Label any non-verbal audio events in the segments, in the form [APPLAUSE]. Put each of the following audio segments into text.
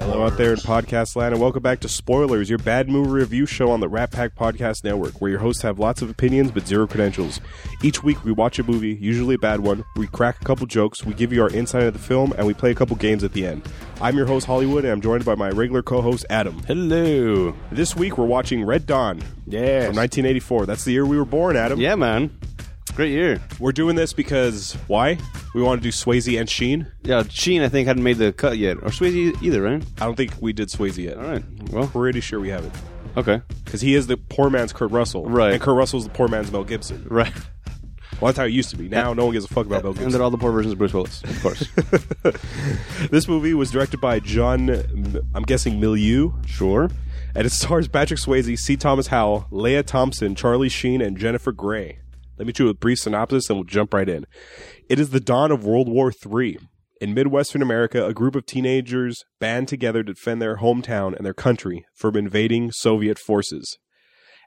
out there in podcast land, and welcome back to Spoilers, your bad movie review show on the Rat Pack Podcast Network, where your hosts have lots of opinions but zero credentials. Each week, we watch a movie, usually a bad one, we crack a couple jokes, we give you our insight of the film, and we play a couple games at the end. I'm your host, Hollywood, and I'm joined by my regular co host, Adam. Hello. This week, we're watching Red Dawn Yeah. from 1984. That's the year we were born, Adam. Yeah, man. Great year. We're doing this because why? We want to do Swayze and Sheen. Yeah, Sheen, I think, hadn't made the cut yet. Or Swayze e-, either, right? I don't think we did Swayze yet. All right. Well, Pretty sure we haven't. okay. because he is the poor man's Kurt Russell, Right. And Kurt Russell's the poor man's Mel Gibson. Right. Well, that's how it used to be. Now, no one gives a fuck about Mel [LAUGHS] And Gibson. they're all the poor versions of Bruce Willis, of [LAUGHS] course. This movie was directed by John, I'm guessing Milieu, sure. and it stars Patrick Swayze, C. Thomas Howell, Leah Thompson, Charlie Sheen, and Jennifer Grey. Let me do a brief synopsis, and we'll jump right in. It is the dawn of World War III. In Midwestern America, a group of teenagers band together to defend their hometown and their country from invading Soviet forces.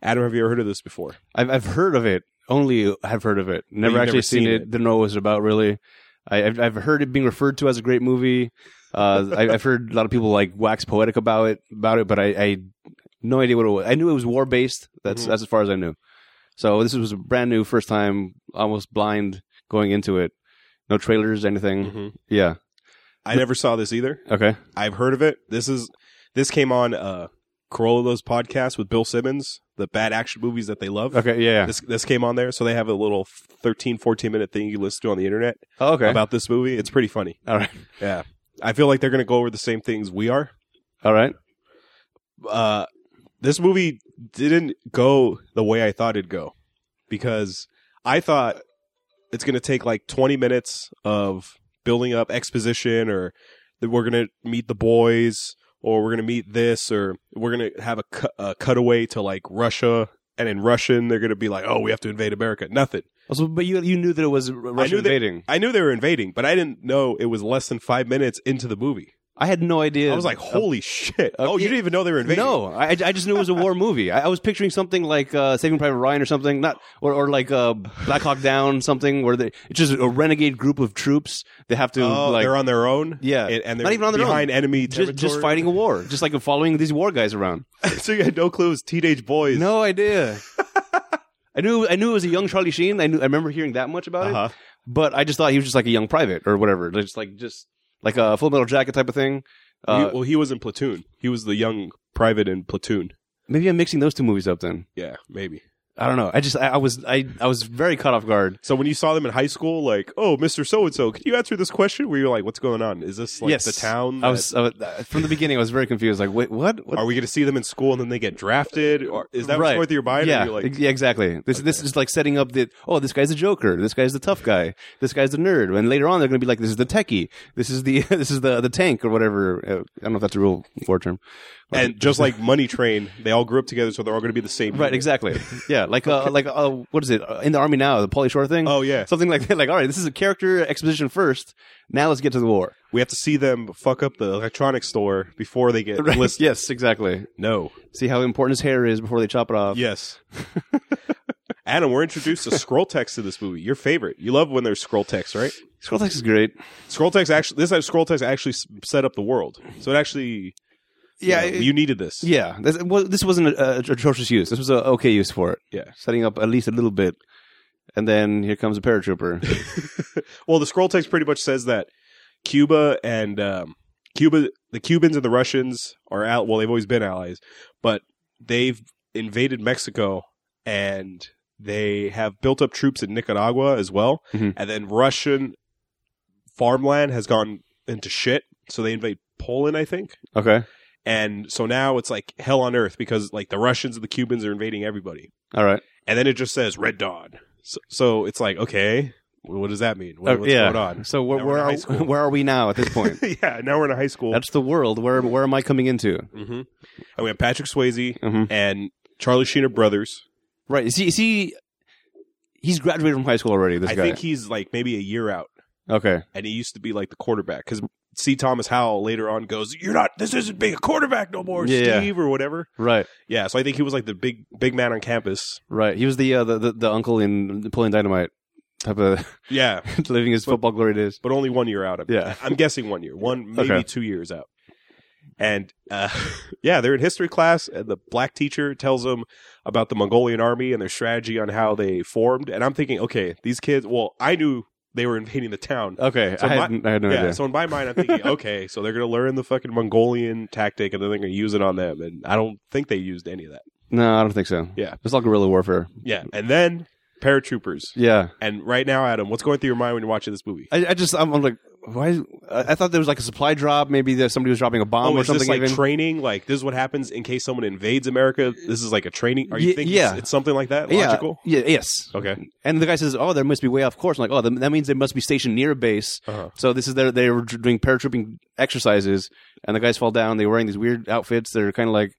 Adam, have you ever heard of this before? I've, I've heard of it. Only have heard of it. Never Oh, you've actually never seen, seen it. it. Didn't know what it was about, really. I, I've, I've heard it being referred to as a great movie. Uh, I, I've heard a lot of people like wax poetic about it, about it, but I, I no idea what it was. I knew it was war based. That's Mhm. that's as far as I knew. So this was a brand new, first time, almost blind going into it. No trailers, anything. Mm-hmm. Yeah. I never saw this either. Okay. I've heard of it. This is this came on uh Corolla's podcast with Bill Simmons, the bad action movies that they love. Okay. Yeah. yeah. This this came on there, so they have a little 13 14 minute thing you listen to on the internet Oh, okay. about this movie. It's pretty funny. all right. Yeah. I feel like they're going to go over the same things we are. All right. Uh this movie didn't go the way I thought it'd go because I thought it's going to take like 20 minutes of building up exposition or that we're going to meet the boys or we're going to meet this or we're going to have a, cu- a cutaway to like Russia and in Russian they're going to be like oh we have to invade America nothing Also, but you you knew that it was R- Russian that- invading. I knew they were invading but I didn't know it was less than 5 minutes into the movie I had no idea. I was like Uh, holy shit oh you yeah. didn't even know they were invading No, I, I just knew it was a war movie. I, I was picturing something like uh, Saving Private Ryan or something, not or, or like uh, Black Hawk Down, something where they, it's just a renegade group of troops. They have to Oh, like they're on their own. Yeah. and, and they're Not even on their behind own. enemy just, territory. just fighting a war, just like following these war guys around. [LAUGHS] so you had no clue it was teenage boys. No idea. [LAUGHS] I knew I knew it was a young Charlie Sheen. I knew I remember hearing that much about Uh-huh. it, but I just thought he was just like a young private or whatever, just like just like a Full Metal Jacket type of thing. He- Uh, well, he was in platoon. He was the young private in platoon. maybe I'm mixing those two movies up. Then Yeah, maybe. I don't know. I just I, I was I I was very caught off guard. So when you saw them in high school, like, oh, Mister So and So, could you answer this question? Were you like, what's going on? Is this like the town? I that- was I was- uh, from the beginning. I was very confused. Like, wait, what? what? Are we going to see them in school and then they get drafted? Or is that Right. what's going through your mind? Or yeah, you're like, ex- yeah, exactly. This this is like setting up that oh, this guy's the Joker. This guy's the tough guy. This guy's the nerd. And later on, they're going to be like, this is the techie. This is the [LAUGHS] this is the the tank or whatever. Uh, I don't know if that's a real war term. and just like Money Train, they all grew up together, so they're all going to be the same. Right, people. exactly. Yeah, like uh, like uh, what is it uh, in the army now? The Pauly Shore thing. Oh yeah. something like that. Like, all right, this is a character exposition first. Now let's get to the war. we have to see them fuck up the electronics store before [LAUGHS] they get listed. Yes, exactly. No. See how important his hair is before they chop it off. Yes. Adam, we're introduced to scroll text in this movie. Your favorite. You love when there's scroll text, right? Scroll text is great. Scroll text actually. This type of scroll text actually s- set up the world. So it actually. Yeah, you, know, it- you needed this. Yeah, this, well, this wasn't an atrocious use. This was a okay use for it. Yeah. setting up at least a little bit, and then here comes a [LAUGHS] paratrooper. Well, the scroll text pretty much says that Cuba and um, Cuba, the Cubans and the Russians are out. Well, they've always been allies, but they've invaded Mexico and they have built up troops in Nicaragua as well. Mhm. And then Russian farmland has gone into shit, so they invade Poland, I think. okay, And so now it's like hell on earth because like the Russians and the Cubans are invading everybody. all right. And then it just says Red Dawn. So, so it's like, okay, what does that mean? What, Uh, what's yeah. going on? So where Now we're where in high are, school. where are we now at this point? [LAUGHS] yeah, now we're in a high school. [LAUGHS] That's the world. Where where am I coming into? mm-hmm. And we have Patrick Swayze Mm-hmm. and Charlie Sheen are brothers. Right. Is he? Is he? He's graduated from high school already. This I guy. think he's like maybe a year out, okay. and he used to be like the quarterback because C. Thomas Howell later on goes, "You're not. This isn't being a quarterback no more, Yeah. Steve or whatever." Right. Yeah, so I think he was like the big big man on campus. Right. He was the uh, the, the the uncle in Napoleon Dynamite type of [LAUGHS] Yeah, living his football glory days. but only one year out. I'm, Yeah. [LAUGHS] I'm guessing one year, one maybe Okay. two years out. And uh, [LAUGHS] yeah, they're in history class, and the black teacher tells them about the Mongolian army and their strategy on how they formed. And I'm thinking, okay, these kids. Well, I knew they were invading the town. Okay, So I, my- had, n- I had no yeah. idea. So in my mind, I'm [LAUGHS] thinking, okay, so they're gonna learn the fucking Mongolian tactic, and then they're gonna use it on them. And I don't think they used any of that. no, I don't think so. Yeah. it's all guerrilla warfare. Yeah. And then paratroopers. Yeah, And right now, Adam, what's going through your mind when you're watching this movie? I, I just I'm, I'm like, why? Is, I I thought there was like a supply drop. Maybe there, somebody was dropping a bomb oh, Um, or is something. this like even. training? Like this is what happens in case someone invades America. This is like a training. Are you Ye- thinking yeah. it's, it's something like that? yeah, Logical. yeah, yes. Okay. And the guy says, "Oh, there must be way off course." I'm like, "Oh, th- that means they must be stationed near a base." Uh-huh. So this is their they were doing paratrooping exercises, and the guys fall down. They're wearing these weird outfits. They're kind of like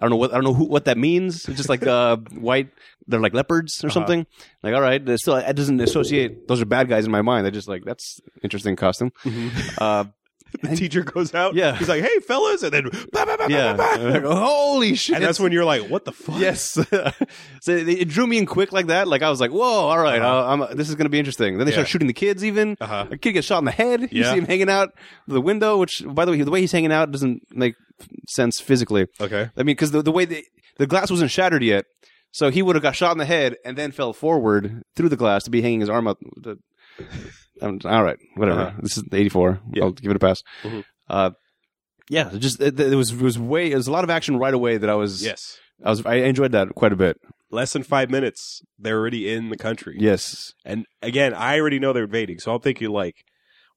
I don't know what I don't know who, what that means. It's just like [LAUGHS] uh, white. They're like leopards or Uh-huh. something. Like all right, they're still it doesn't associate those are bad guys in my mind. I just like that's interesting costume. Mm-hmm. [LAUGHS] Uh, [LAUGHS] the teacher goes out. Yeah. He's like, "Hey, fellas," and then bah, bah, bah, yeah, [LAUGHS] bah, bah, bah. Like, holy shit! and that's when you're like, "What the fuck?" Yes, [LAUGHS] so it it drew me in quick like that. Like I was like, "Whoa, all right, Uh-huh. uh, I'm, this is going to be interesting." Then they start Yeah. shooting the kids. Even Uh-huh. a kid gets shot in the head. You Yeah. see him hanging out the window. Which, by the way, the way he's hanging out doesn't make sense physically. Okay. I mean, because the, the way the, the glass wasn't shattered yet, so he would have got shot in the head and then fell forward through the glass to be hanging his arm out. The, um, all right, whatever. Uh-huh. This is the '84. Yeah. I'll give it a pass. Mhm. Uh, yeah, it just it, it was it was way. It was a lot of action right away that I was. Yes. I was I enjoyed that quite a bit. Less than five minutes, they're already in the country. Yes. And again, I already know they're invading, so I'm thinking like,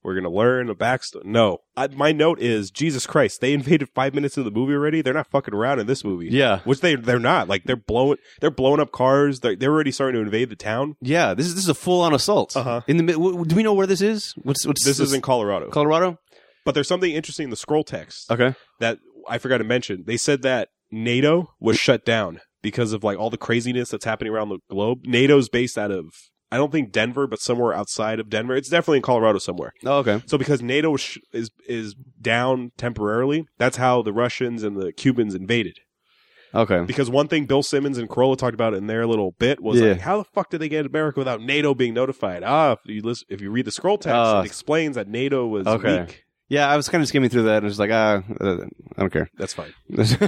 we're gonna learn the backstory. No, I, my note is Jesus Christ, they invaded five minutes of the movie already. They're not fucking around in this movie. Yeah. Which they they're not like they're blowing they're blowing up cars they're they're already starting to invade the town. Yeah. This is this is a full on assault. Uh-huh. In the mid- w- w- do we know where this is? What's what's This is in Colorado, Colorado? but there's something interesting in the scroll text Okay. that I forgot to mention. They said that NATO was shut down because of like all the craziness that's happening around the globe. NATO's based out of I don't think Denver, but somewhere outside of Denver. It's definitely in Colorado somewhere. Oh, okay. So because NATO sh- is is down temporarily, that's how the Russians and the Cubans invaded. Okay. Because one thing Bill Simmons and Corolla talked about in their little bit was Yeah. like, how the fuck did they get America without NATO being notified? Ah, if you listen, if you read the scroll text, Ah. it explains that NATO was Okay. weak. Yeah, I was kind of skimming through that and was like, ah, uh, I don't care. [LAUGHS] That's fine. so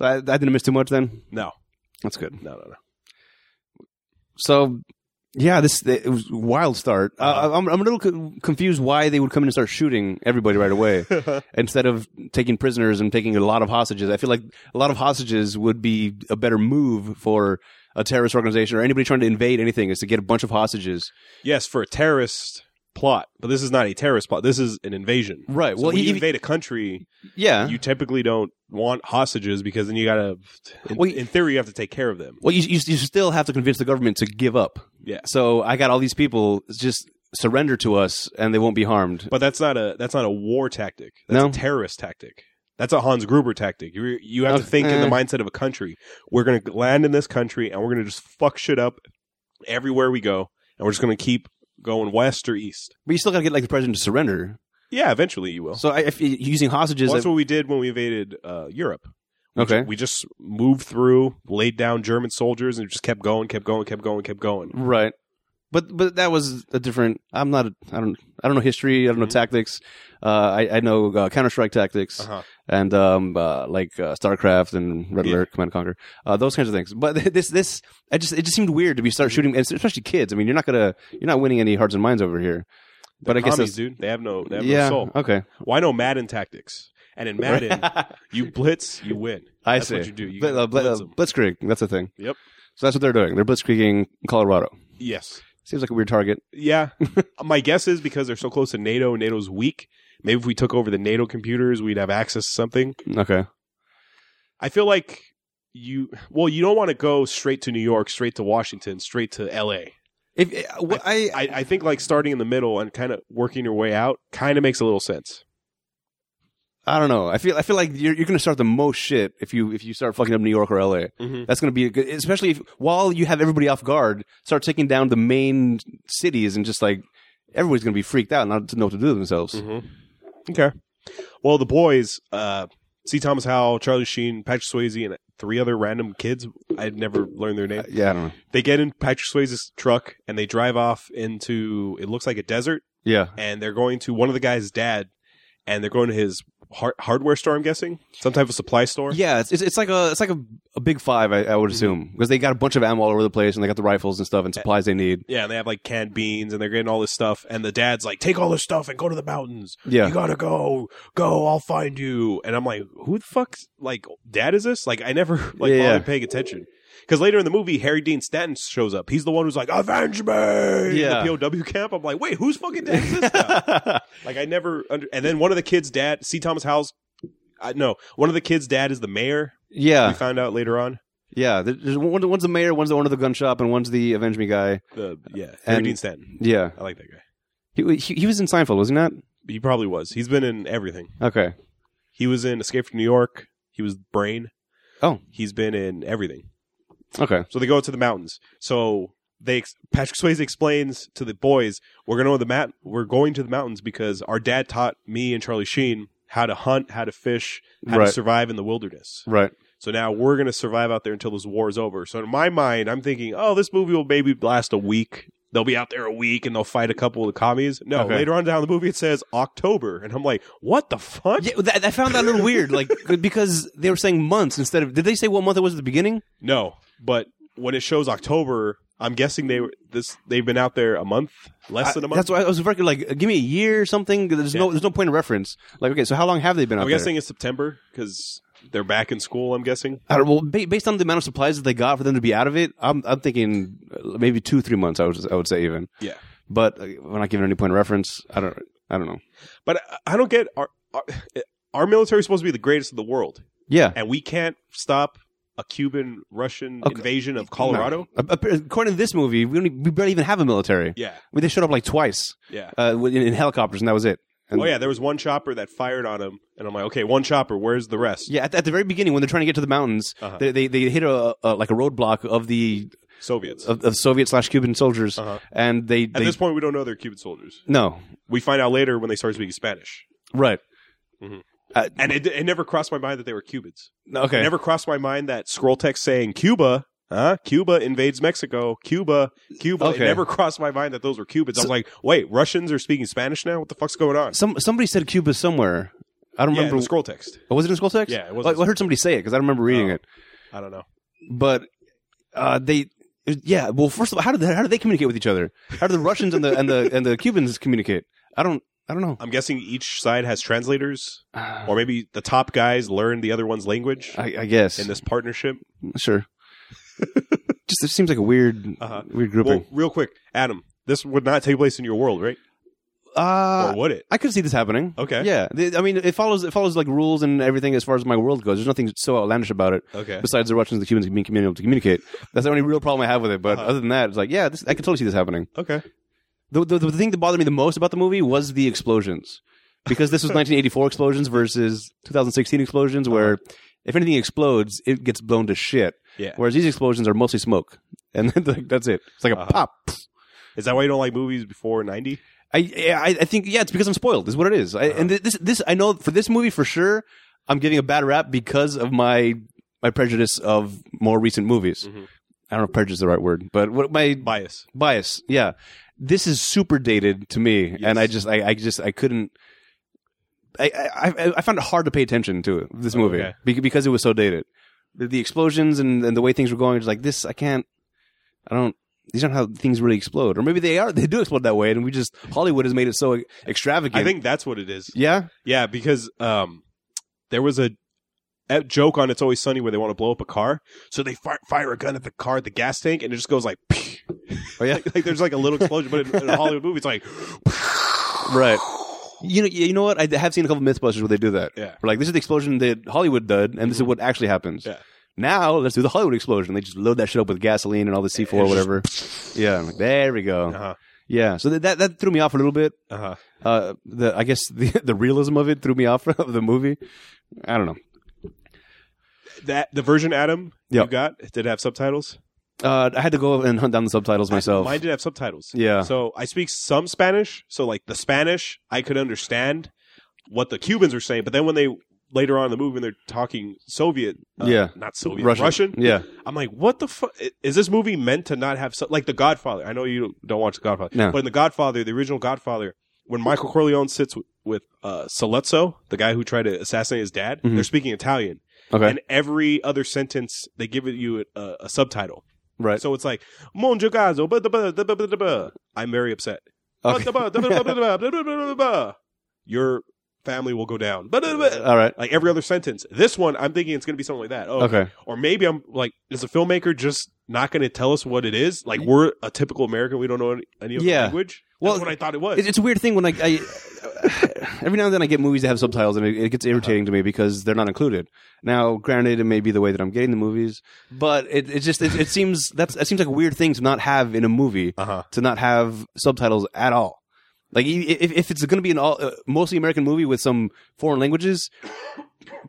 I, I didn't miss too much then. No, That's good. no, no, no. So yeah, this it was a wild start. Uh-huh. Uh, I'm I'm a little co- confused why they would come in and start shooting everybody right away instead of taking prisoners and taking a lot of hostages. I feel like a lot of hostages would be a better move for a terrorist organization or anybody trying to invade anything is to get a bunch of hostages. [LAUGHS] Yes, for a terrorist plot, but this is not a terrorist plot. This is an invasion. Right. So well, when e- you e- invade a country, yeah. you typically don't want hostages because then you gotta, in, Well, you- in theory, you have to take care of them. well, you, you you still have to convince the government to give up. Yeah. So I got all these people just surrender to us and they won't be harmed. But that's not a that's not a war tactic. That's No? a terrorist tactic. That's a Hans Gruber tactic. You you have to Okay. think in the Eh. mindset of a country. We're going to land in this country and we're going to just fuck shit up everywhere we go, and we're just going to keep going west or east. But you still got to get like the president to surrender. Yeah, eventually you will. So I, if you're using hostages, Well, that's I- what we did when we invaded uh, Europe. okay, We just moved through, laid down German soldiers, and just kept going, kept going, kept going, kept going. right. But but that was a different. I'm not. A, I don't. I don't know history. I don't know Mhm. tactics. Uh, I I know uh, Counter Strike tactics Uh-huh. and um uh, like uh, StarCraft and Red Yeah. Alert, Command and Conquer, uh, those kinds of things. But [LAUGHS] this this I just it just seemed weird to be Mm-hmm. start shooting, and especially kids. I mean, you're not gonna you're not winning any hearts and minds over here. But I guess Commies, that's, dude, they have no, they have no yeah. soul. Okay. Why no Madden tactics? And [LAUGHS] in Madden, you blitz, you win. I That's see. what you do. You Bl- gotta uh, bl- uh, blitz 'em. blitzkrieg. That's the thing. Yep. So that's what they're doing. They're blitzkrieging Colorado. Yes. Seems like a weird target. [LAUGHS] Yeah. My guess is because they're so close to NATO and NATO's weak, maybe if we took over the NATO computers, we'd have access to something. Okay. I feel like you, well, you don't want to go straight to New York, straight to Washington, straight to LA. If uh, wh- eh, I, I, I think like starting in the middle and kind of working your way out kind of makes a little sense. I don't know. I feel I feel like you're you're gonna start the most shit if you if you start fucking up New York or L.A. Mhm. That's gonna be a good, especially if while you have everybody off guard, start taking down the main cities and just like everybody's gonna be freaked out and not to know what to do with themselves. Mm-hmm. Mm-hmm. Okay. Well, the boys, uh, C. Thomas Howell, Charlie Sheen, Patrick Swayze, and three other random kids. I'd never learned their name. Uh, Yeah, I don't know. They get in Patrick Swayze's truck and they drive off into, it looks like a desert. Yeah. and they're going to one of the guy's dad and they're going to his har- hardware store. I'm guessing some type of supply store. Yeah, it's, it's, it's like a it's like a, a big five, I, I would assume, because they got a bunch of ammo all over the place, and they got the rifles and stuff and supplies they need. Mm-hmm. Yeah, and they have like canned beans, and they're getting all this stuff. And the dad's like, "Take all this stuff and go to the mountains. Yeah, You gotta go, go. I'll find you." And I'm like, "Who the fuck's like dad is this?" Like, I never [LAUGHS] like Yeah, yeah. bothered paying attention because later in the movie, Harry Dean Stanton shows up. He's the one who's like, "Avenge me!" in Yeah. the POW camp. I'm like, "Wait, who's fucking dad is this?" [LAUGHS] Now? like, I never. Under- and then one of the kids' dad, C. Thomas Howell's. I, no, one of the kids' dad is the mayor. we yeah, found out later on. yeah. There- There's one, one's the mayor, one's the owner of the gun shop, and one's the Avenge Me guy. The yeah, Harry And- Dean Stanton. Yeah, I like that guy. he he, he was in Seinfeld, was he not? He probably was. He's been in everything. Okay, He was in Escape from New York. He was Brain. Oh. he's been in everything. okay, So they go to the mountains. So they ex- Patrick Swayze explains to the boys, "We're going to the mat. We're going to the mountains because our dad taught me and Charlie Sheen how to hunt, how to fish, how Right. to survive in the wilderness. right. So now we're going to survive out there until this war is over." So in my mind, I'm thinking, "Oh, this movie will maybe last a week." They'll be out there a week and they'll fight a couple of the commies. No, Okay. later on down the movie it says October, and I'm like, "What the fuck?" Yeah, that, I found that a little [LAUGHS] weird, like because they were saying months instead of. Did they say what month it was at the beginning? No, but when it shows October, I'm guessing they were this. They've been out there a month, less than a month. That's why I was fucking like, give me a year or something. There's no there's no point of reference. Like, okay, so how long have they been out I'm there? guessing it's September because they're back in school. I'm guessing. I don't, well, ba- based on the amount of supplies that they got for them to be out of it, I'm I'm thinking uh, maybe two three months. I would I would say even. Yeah. But uh, we're not giving any point of reference. I don't I don't know. But I, I don't get our, our eh, our military's supposed to be the greatest in the world, Yeah. and we can't stop a Cuban Russian Okay. invasion of Colorado. No. A- a- According to this movie, we, don't, e- we barely even have a military. Yeah, I mean, they showed up like twice yeah. uh, in, in helicopters, and that was it. And- oh yeah, there was one chopper that fired on him, and I'm like, okay, one chopper. Where's the rest? Yeah, at, at the very beginning when they're trying to get to the mountains, Uh-huh. they, they they hit a, a like a roadblock of the Soviets. of, of Soviet slash Cuban soldiers, Uh-huh. and they, At Uh, they this point, we don't know they're Cuban soldiers. no We find out later when they start speaking Spanish, right. Mhm. Uh, and it, it never crossed my mind that they were Cubans. okay, It never crossed my mind that scroll text saying Cuba, huh? Cuba invades Mexico. Cuba, Cuba. Okay. It never crossed my mind that those were Cubans. I was like, wait, Russians are speaking Spanish now? What the fuck's going on? some somebody said Cuba somewhere. I don't Yeah, in remember. the scroll text. oh, was it in school text? Yeah, it was. Well, I, heard somebody say it because I don't remember reading Oh. it. I don't know. But uh, they. Yeah, well, first of all, how do they, how do they communicate with each other? How do the Russians and the and the and the Cubans communicate? I don't I don't know. [SIGHS] I'm guessing each side has translators, Uh, or maybe the top guys learn the other one's language I, I guess in this partnership. sure. [LAUGHS] Just it seems like a weird Uh-huh. weird grouping. Well, real quick, Adam, this would not take place in your world, right? Uh, or would it? I could see this happening. Okay. Yeah, The- I mean, it follows it follows like rules and everything as far as my world goes. There's nothing so outlandish about it. Okay. Besides the Russians, and the Cubans being commu- able to communicate. That's the only real problem I have with it. But Uh-huh. other than that, it's like, yeah, this, I could totally see this happening. Okay. The, the, the thing that bothered me the most about the movie was the explosions, because this [LAUGHS] was 1984 explosions versus 2016 explosions, Uh-huh. where if anything explodes, it gets blown to shit. Yeah. Whereas these explosions are mostly smoke, and [LAUGHS] then, like, that's it. It's like a Uh-huh. pop. Is that why you don't like movies before 90? I, I I think yeah, it's because I'm spoiled. Is what it is. I, and thi- this this I know for this movie for sure. I'm getting a bad rap because of my my prejudice of more recent movies. Mhm. I don't know if prejudice is the right word, but what my Bias. bias. Yeah, this is super dated to me, and I just I, I just I couldn't. I, I I- I found it hard to pay attention to this movie Okay. be- because it was so dated. The, the explosions and, and the way things were going, just like this, I can't. I don't. These aren't how things really explode, or maybe they are. They do explode that way, and we just Hollywood has made it so e, extravagant. I think that's what it is. Yeah. Yeah, because um, there was a, a joke on It's Always Sunny where they want to blow up a car, so they fire, fire a gun at the car at the gas tank, and it just goes like, [LAUGHS] [SIGHS] Oh yeah. like, like there's like a little explosion, but in, in [LAUGHS] a Hollywood movie, it's like, right. You know. You know what? I have seen a couple MythBusters where they do that. yeah, We're like, this is the explosion that Hollywood did, and this is what actually happens. Mm-hmm. Yeah. Now let's do the Hollywood explosion. They just load that shit up with gasoline and all the C four or It's whatever. yeah, I'm like, there we go. uh huh, Yeah, so that, that that threw me off a little bit. uh huh. Uh, the I guess the [LAUGHS] the realism of it threw me off [LAUGHS] of the movie. I don't know. That the version Adam Yeah. you got did it have subtitles. Uh, I had to go and hunt down the subtitles myself. Mine did have subtitles. yeah, So I speak some Spanish, so like the Spanish I could understand what the Cubans are saying, but then when they later on in the movie when they're talking Soviet, uh, Yeah. not Soviet, Russian. Russian, Yeah, I'm like, what the fuck? Is this movie meant to not have so- like The Godfather? I know you don't watch The Godfather, No. but in The Godfather, the original Godfather, when Michael Corleone sits w- with uh, Saluzzo, the guy who tried to assassinate his dad, Mhm. they're speaking Italian, Okay. and every other sentence they give you a, a subtitle. right. So it's like Mon Giocazzo, blah, blah, blah, blah, blah, blah, blah." I'm very upset. Blah, Okay. blah, blah, blah, blah, blah, blah, blah, blah, blah, blah. Your family will go down. Blah, blah, blah. All right. Like every other sentence. This one, I'm thinking it's going to be something like that. Oh, Okay. or maybe I'm like, is the filmmaker just not going to tell us what it is? Like we're a typical American, we don't know any, any of Mm. Yeah. the language. Well, That's what I thought it was. It- It's a weird thing when I, I [SIGHS] every now and then I get movies that have subtitles and it, it gets irritating to me because they're not included. Now, granted, it may be the way that I'm getting the movies, but it, it just it, it seems that's it seems like a weird thing to not have in a movie uh huh. to not have subtitles at all. Like e, i- if, if it's going to be an all, uh, mostly American movie with some foreign languages,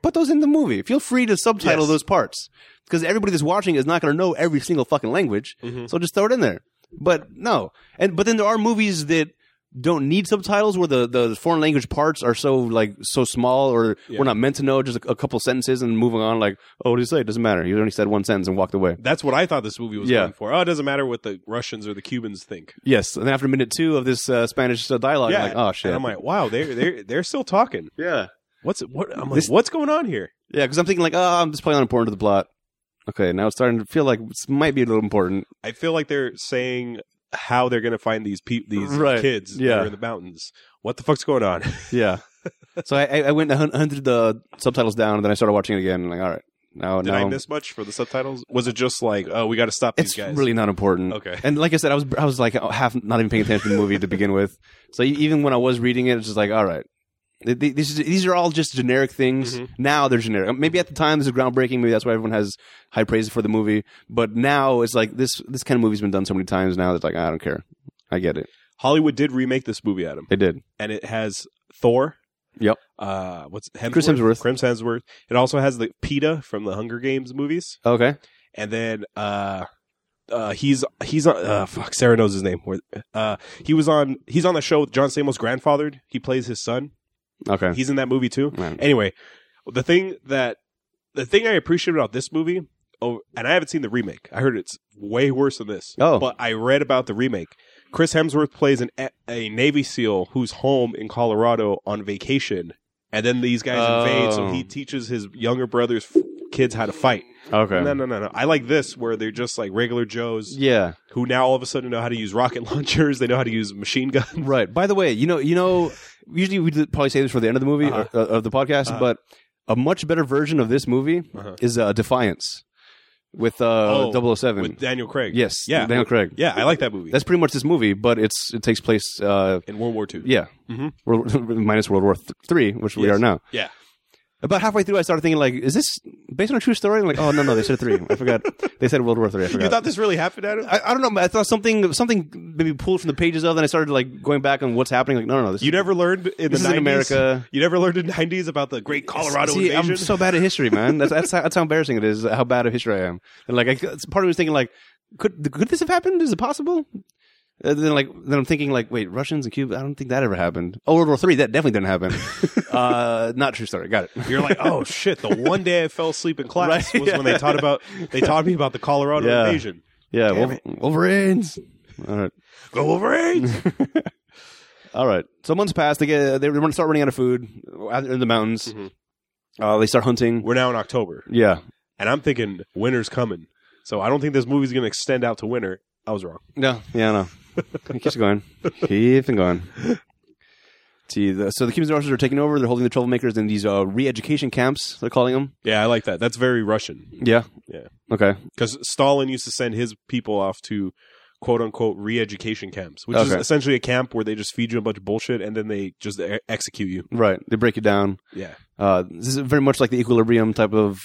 put those in the movie. Feel free to subtitle Yes. those parts because everybody that's watching is not going to know every single fucking language. Mhm. So just throw it in there. But no, and but then there are movies that don't need subtitles where the, the foreign language parts are so like so small or Yeah. we're not meant to know just a, a couple sentences and moving on like oh what did he say it doesn't matter he only said one sentence and walked away That's what I thought this movie was Yeah. going for. Oh, it doesn't matter what the Russians or the Cubans think. yes and after minute two of this uh, Spanish uh, dialogue I'm like oh shit And I'm like, wow, they're they're they're still talking. yeah What's what? I'm like, This- what's going on here? Yeah, because I'm thinking like, oh, I'm just playing unimportant to the plot. Okay, now it's starting to feel like this might be a little important. I feel like they're saying how they're going to find these peop these Right. kids that Yeah. are in the mountains. What the fuck's going on? [LAUGHS] Yeah. so I, I I went and hun- hunted the subtitles down, and then I started watching it again. And like, all right, now Did now I miss much for the subtitles? Was it just like, oh, we got to stop it's these guys? really not important. okay. And like I said, I was I was like uh, half not even paying attention to the movie to begin with. So e- even when I was reading it, it's just like, all right, Th- th- these is- these are all just generic things. Mhm. Now they're generic. Maybe at the time this is groundbreaking. Maybe that's why everyone has high praise for the movie. But now it's like this this kind of movie's been done so many times. Now it's like I don't care. I get it. Hollywood did remake this movie, Adam, They did. and it has Thor. Yep. Uh, what's Hemsworth? Chris Hemsworth. Chris Hemsworth. It also has the PETA from the Hunger Games movies, Okay. and then uh, uh, he's he's on uh, fuck Sarah knows his name. Where- Uh, he was on he's on the show with John Samuel's grandfathered. He plays his son. Okay. He's in that movie too. Right. Anyway, the thing that the thing I appreciate about this movie, oh, and I haven't seen the remake. I heard it's way worse than this. Oh. but I read about the remake. Chris Hemsworth plays an a Navy SEAL who's home in Colorado on vacation, and then these guys Oh. invade. So he teaches his younger brother's f- kids how to fight. Okay. No, no, no, no. I like this where they're just like regular Joes Yeah. who now all of a sudden know how to use rocket [LAUGHS] launchers. They know how to use machine guns. Right. By the way, you know, you know, usually we would probably say this for the end of the movie Uh-huh. or, uh, of the podcast, Uh-huh. but a much better version of this movie Uh-huh. is uh, Defiance with uh, Oh, 007. With Daniel Craig. yes. Yeah. Daniel Craig. Yeah, I like that movie. That's pretty much this movie, but it's it takes place. Uh, in World War II. yeah. Mhm. World, [LAUGHS] minus World War th- Three, which we Yes. are now. Yeah. About halfway through, I started thinking like, is this based on a true story? I'm like, oh no, no, they said three. I [LAUGHS] forgot. They said World War Three. I forgot. You thought this really happened, Adam? I, I don't know. but I thought something something maybe pulled from the pages of. Then I started like going back on what's happening. Like no, no, no. This, You never learned in this the 90s? is in America. You never learned in the 90s about the Great Colorado See, invasion? I'm so bad at history, man. That's, that's how, that's how embarrassing it is. How bad at history I am. And like, I, it's- part of me was thinking like, could could this have happened? Is it possible? And then like, then I'm thinking like, wait, Russians and Cuba. I don't think that ever happened. Oh, World War Three. That definitely [LAUGHS] didn't happen. uh, not true story. Got it. You're like, oh shit! The one day I fell asleep in class Right, was when they yeah. taught about they taught me about the Colorado Yeah. invasion. Yeah, Damn Wolf- Wolverines. All right. Go Wolverines! All right. So months pass. They get they run- start running out of food out in the mountains. Mhm. Uh, they start hunting. [LAUGHS] We're now in October, Yeah. and I'm thinking winter's coming. So I don't think this movie's going to extend out to winter. I was wrong. No. Yeah. No. It keeps going. Keep and [LAUGHS] going. See, the, so the Cubans and Russians are taking over. They're holding the troublemakers in these uh, re-education camps. They're calling them. Yeah, I like that. That's very Russian Yeah. Yeah. Okay. because Stalin used to send his people off to quote unquote re-education camps, which is Okay. essentially a camp where they just feed you a bunch of bullshit and then they just e- execute you. Right. They break it down. Yeah, Uh, this is very much like the equilibrium type of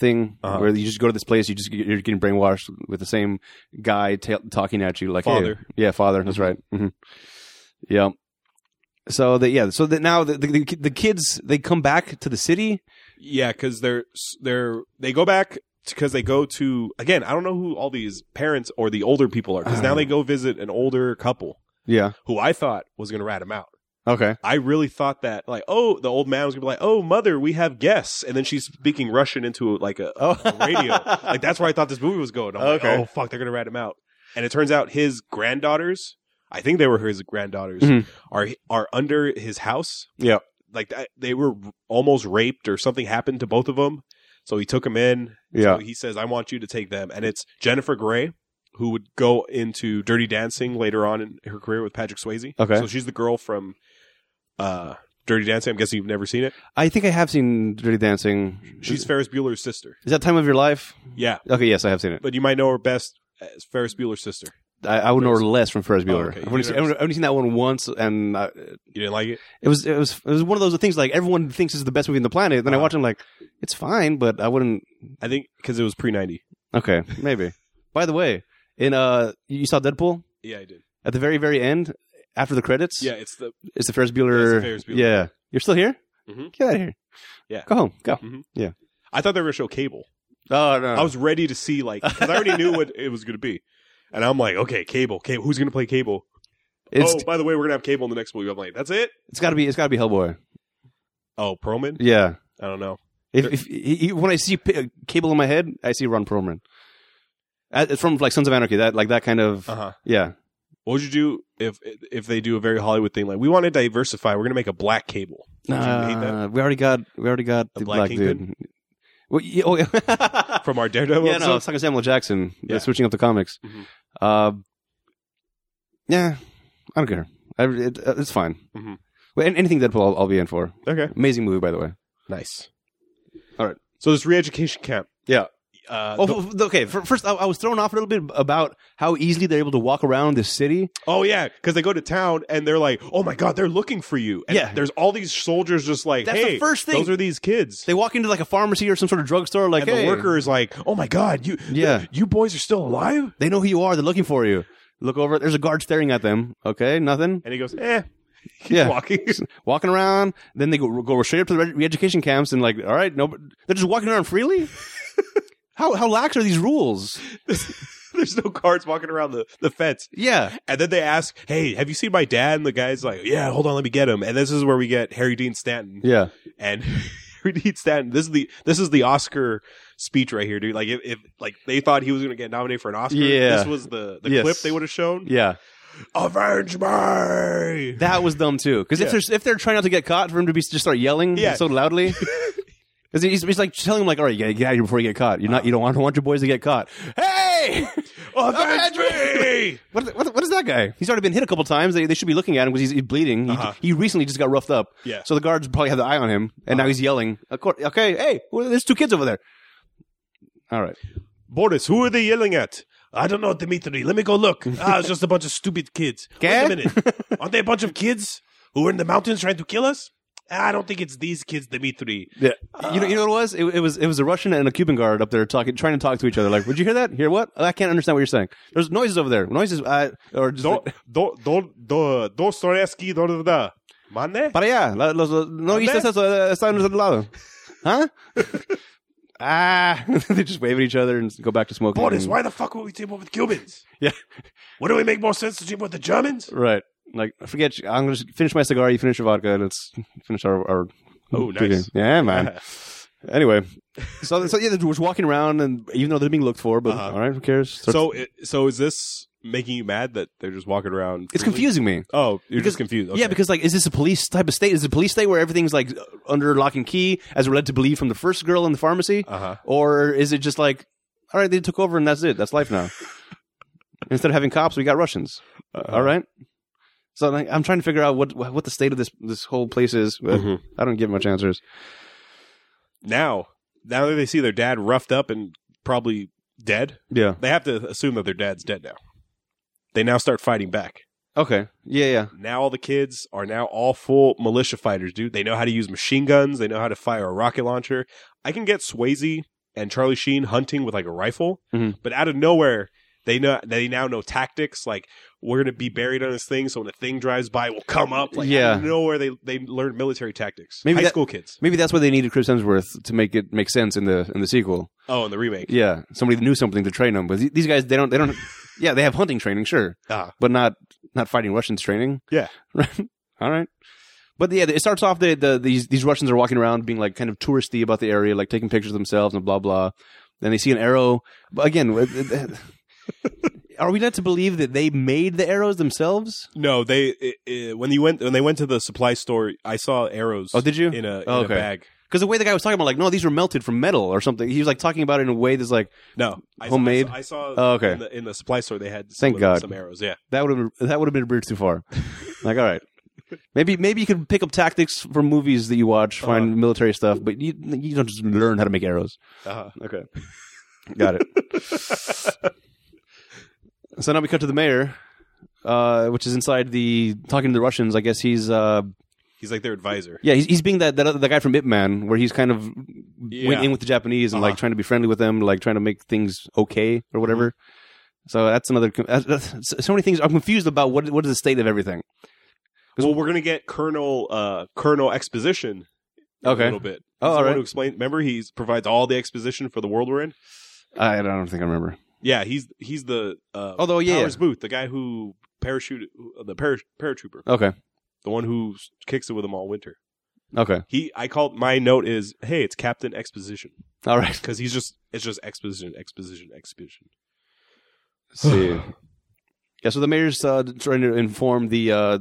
thing Uh-huh. where you just go to this place, you just get- you're getting brainwashed with the same guy ta talking at you like hey- Father. yeah, father. That's right. hmm Yeah. So that yeah, so that now the, the the kids they come back to the city. yeah, because they're they're they go back because they go to again. I don't know who all these parents or the older people are because now they go visit an older couple Yeah. who I thought was going to rat him out. [LAUGHS] Okay. I really thought that like oh the old man was gonna be like oh mother we have guests and then she's speaking Russian into like a Oh, radio. like that's where I thought this movie was going. I'm like, Okay. oh fuck, they're gonna rat him out. And it turns out his granddaughters. I think they were his granddaughters, Mhm. are are under his house. Yeah. like th- they were almost raped or something happened to both of them. So he took them in. So Yeah. he says, "I want you to take them," and it's Jennifer Grey who would go into Dirty Dancing later on in her career with Patrick Swayze. Okay. so she's the girl from uh, Dirty Dancing. I'm guessing you've never seen it. I think I have seen Dirty Dancing. She's is Ferris Bueller's sister. that Time of Your Life? Yeah, Okay, yes, I have seen it. but you might know her best as Ferris Bueller's sister. I, I would know her less from Ferris Bueller. Oh, okay. I've, only seen, I've only- I've only seen that one once, and I, You didn't like it? it was it was it was one of those things like everyone thinks is the best movie on the planet. Then I Uh-huh. watch it, I'm like, it's fine, but I wouldn't. I think because it was pre ninety. Okay, [LAUGHS] maybe. By the way, in uh, you saw Deadpool Yeah, I did. at the very very end after the credits. Yeah, it's the it's the Ferris Yeah, Bueller. it's the Ferris Bueller. Yeah. you're still here. Mhm. Get out of here. Yeah. go home. Go. I thought they were gonna show Cable. Oh no, I was ready to see like because I already knew what it was gonna be, and I'm like, okay, Cable, Cable, who's gonna play Cable? it's oh, by the way, we're gonna have Cable in the next movie. I'm like, that's it. it's got to be it's got to be Hellboy. Oh, Perlman? Yeah. I don't know. If, if he, he- when I see p- a cable in my head, I see Ron Perlman. Uh, It's from like Sons of Anarchy, that like that kind of Uh huh. yeah. What would you do if if they do a very Hollywood thing like we want to diversify? We're gonna make a black Cable. Would you hate that? Nah, Uh, we already got we already got The the Black black, dude. Kingpin? Well, yeah, oh, [LAUGHS] yeah. From our Daredevil yeah, no, I episode? was talking to Samuel Jackson. Yeah. Yeah. switching up the comics. Mhm. Uh, yeah, I don't care. I, it, uh, it's fine. Mhm. Well, an- anything Deadpool, I'll, I'll be in for. Okay, Amazing movie, by the way. nice. All right. So this re-education camp. Yeah. Uh, Oh, the- f- f- okay. f- First, I, I was thrown off a little bit about how easily they're able to walk around this city. Oh yeah, because they go to town and they're like, "Oh my god, they're looking for you!" And Yeah. there's all these soldiers just like, That's the "Hey, first thing. those are these kids." They walk into like a pharmacy or some sort of drugstore, like and hey, the worker is like, "Oh my god, you, Yeah. th- you boys are still alive?" They know who you are. They're looking for you. Look over. There's a guard staring at them. Okay, nothing. [LAUGHS] And he goes, "Eh." Keeps Yeah. walking. [LAUGHS] walking around. Then they go go straight up to the re- re-education camps and like, all right, no, they're just walking [LAUGHS] around freely. how how lax are these rules? there's no guards walking around the, the fence. Yeah, And then they ask, "Hey, have you seen my dad?" And the guy's like, "Yeah, hold on, let me get him." And this is where we get Harry Dean Stanton. yeah. And [LAUGHS] Harry Dean Stanton, this is the this is the Oscar speech right here, dude. Like if, if like they thought he was going to get nominated for an Oscar, Yeah. this was the the Yes. clip they would have shown. Yeah, Avenge me! that was dumb too. Because Yeah. if they're if they're trying not to get caught, for him to be just start yelling Yeah. so loudly, [LAUGHS] 'Cause he's, he's like telling him like, all right, get, get out of here before you get caught. You're Uh. not you don't want, don't want your boys to get caught. Hey, Avenge [LAUGHS] me! what, what what is that guy? He's already been hit a couple times. They, they should be looking at him because he's, he's bleeding. He, Uh-huh. he recently just got roughed up. Yeah. Uh-huh. So the guards probably have the eye on him, and now he's yelling. Of course, okay, hey, well, there's two kids over there. All right. Boris, who are they yelling at? I don't know, Dimitri. Let me go [LAUGHS] look. Ah, it's just a bunch of stupid kids. Wait Okay. a [LAUGHS] minute. Aren't they a bunch of kids who are in the mountains trying to kill us? Ah, I don't think it's these kids, Dimitri. Yeah. you know, you know what it was? It, it was it was a Russian and a Cuban guard up there talking, trying to talk to each other. Like, would you hear that? Hear what? I can't understand what you're saying. There's noises over there. Noises. Uh, or just. Do, Like, do, do, do, Dostoevsky, do, do, do. Mane? Para allá. La- los- los- no ¿Dónde? viste eso. eh, Está en otro [LAUGHS] lado. Huh? [LAUGHS] ah. [LAUGHS] they just wave at each other and go back to smoking. Boris, why the fuck would we team up with Cubans? Yeah. [LAUGHS] Wouldn't it make more sense to team up with the Germans? Right. Like, forget. you- I'm gonna just finish my cigar. You finish your vodka. Let's finish our. our Oh, drinking. nice. [LAUGHS] Yeah, man. anyway, so so yeah, they're just walking around, and even though they're being looked for, but Uh-huh. all right, who cares? So, it, so is this making you mad that they're just walking around? it's freely? confusing me. Oh, you're Because- just confused. Yeah, Okay. because like, is this a police type of state? Is it a police state where everything's like under lock and key, as we're led to believe from the first girl in the pharmacy, Uh-huh. or is it just like, all right, they took over and that's it, that's [LAUGHS] life now. Instead of having cops, we got Russians. Uh-huh. All right. So like, I'm trying to figure out what what the state of this this whole place is. But Mhm. I don't get much answers. now now that they see their dad roughed up and probably dead, Yeah. they have to assume that their dad's dead now. They now start fighting back. Okay. Yeah. Yeah. Now all the kids are now all full militia fighters, dude. They know how to use machine guns. They know how to fire a rocket launcher. I can get Swayze and Charlie Sheen hunting with like a rifle, Mhm. but out of nowhere, they know they now know tactics. Like we're gonna be buried on this thing, so when a thing drives by, we'll come up. Like Yeah. out of nowhere, they they learn military tactics. Maybe High that- school kids. Maybe that's why they needed Chris Hemsworth to make it make sense in the in the sequel. Oh, and the remake. Yeah, somebody knew something to train them, but th- these guys they don't they don't. [LAUGHS] yeah, they have hunting training, sure, Ah. but not not fighting Russians training. Yeah. [LAUGHS] Right. All right. But yeah, it starts off the, the these these Russians are walking around being like kind of touristy about the area, like taking pictures of themselves and blah blah. Then they see an arrow. But again, it- it- [LAUGHS] are we not to believe that they made the arrows themselves? No, they it, it, when you went when they went to the supply store, I saw arrows. Oh, did you? in a, in Oh, a okay. bag? Because the way the guy was talking about, like, no, these were melted from metal or something. He was like talking about it in a way that's like No, I, Homemade? I saw. I saw Oh, okay. In the, in the supply store, they had some, Thank God. some arrows. Yeah, that would have that would have been a bridge too far. like, all right, maybe maybe you could pick up tactics from movies that you watch, find military stuff, but you you don't just learn how to make arrows. uh, Uh-huh. Okay, got it. so now we cut to the mayor, uh, which is inside the talking to the Russians. I guess he's uh, he's like their advisor. yeah, he's, he's being that, that other- the guy from Ip Man, where he's kind of Yeah. went in with the Japanese and like Uh-huh. trying to be friendly with them, like trying to make things okay or whatever. So that's another. com- that's- that's- So many things. I'm confused about what what is the state of everything. Well, we're gonna get Colonel uh, Colonel Exposition. in Okay. a little bit. He's Oh, the all one right. Who explains? Remember, he provides all the exposition for the world we're in. I don't think I remember. Yeah, he's he's the uh, Although, Oh, yeah. Powers Booth, the guy who parachute the parash- paratrooper, Okay, the one who s- kicks it with him all winter. okay, He, I called my note is, hey, it's Captain Exposition all right. because he's just it's just exposition, exposition, exposition. Let's [SIGHS] see, yeah. So the mayor's uh, trying to inform the. Uh,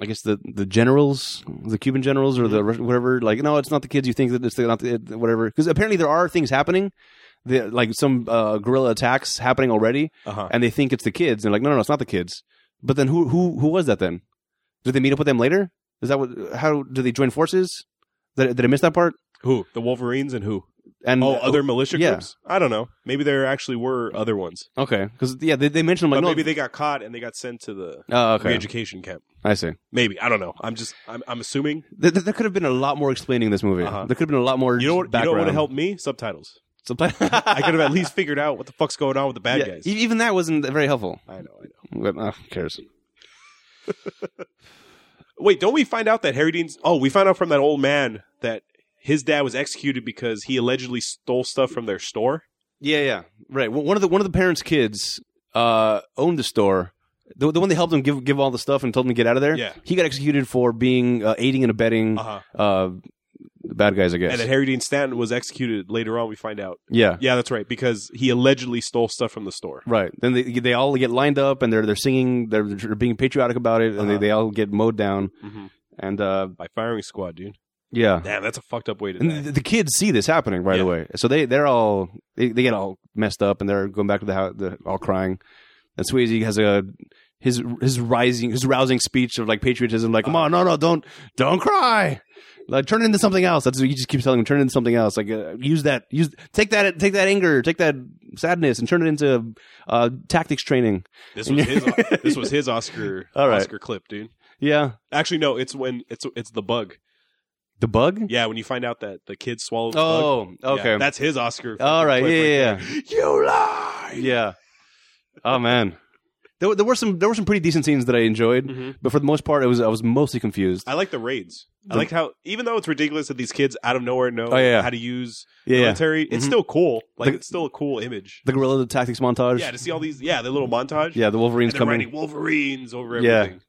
I guess the, the generals, the Cuban generals, or the Rus- whatever. Like, no, it's not the kids. You think that it's not the it- whatever. Because apparently there are things happening, that, like some uh, guerrilla attacks happening already. Uh huh. and they think it's the kids. And they're like, no, no, no, it's not the kids. But then who who who was that then? Did they meet up with them later? Is that what? How do they join forces? Did, did I miss that part? Who the Wolverines and who? And Oh, other militia Mm, yeah. groups. I don't know. Maybe there actually were other ones, okay, because yeah, they, they mentioned but like no, maybe they got caught and they got sent to the oh, okay, re-education camp. I see. Maybe I don't know. I'm just I'm, I'm assuming. There, there could have been a lot more explaining this movie. Uh-huh. There could have been a lot more. You know what? You know what Background. would help me? Subtitles. I [LAUGHS] I could have at least figured out what the fuck's going on with the bad [LAUGHS] yeah, guys. e- Even that wasn't very helpful. I know. I know. But, uh, who cares? Wait, don't we find out that Harry Dean's? Oh, we found out from that old man that his dad was executed because he allegedly stole stuff from their store. Yeah, yeah, right. Well, one of the one of the parents' kids uh, owned the store. The, the one that helped him give give all the stuff and told him to get out of there. Yeah. he got executed for being uh, aiding and abetting Uh-huh. uh, the bad guys. I guess. And then Harry Dean Stanton was executed later on. We find out. yeah, Yeah, that's right because he allegedly stole stuff from the store. right. Then they they all get lined up and they're they're singing. They're, they're being patriotic about it, and they, Uh-huh. they all get mowed down. Mhm. And uh, By firing squad, dude. yeah, Damn, that's a fucked up way to Uh-huh. and die. the, the kids see this happening right Yeah. away, so they they're all they, they get all messed up and they're going back to the house, they're all crying. And Swayze has a his his rising his rousing speech of like patriotism, like come on, no, no, don't don't cry. Like turn it into something else. That's what he just keeps telling him. Turn it into something else. Like uh, use that, use take that, take that anger, take that sadness, and turn it into uh, tactics training. This was his. [LAUGHS] this was his Oscar. All right. Oscar clip, dude. Yeah, Actually, no. It's when it's it's the bug. the bug. Yeah, when you find out that the kid swallowed. The bug. Oh, Yeah, okay. that's his Oscar. all right. clip Yeah, right yeah, there. yeah. You lie. Yeah. Oh man. There, were- there were some there were some pretty decent scenes that I enjoyed, Mhm. but for the most part, it was I was mostly confused. I like the raids. I The- like how even though it's ridiculous that these kids out of nowhere know Oh, yeah. how to use Yeah, yeah. military, it's Mhm. still cool. Like The- it's still a cool image. the guerrilla tactics montage. Yeah, to see all these. Yeah, the little montage. Yeah, the and Wolverines they're coming. writing Wolverines over Yeah. everything.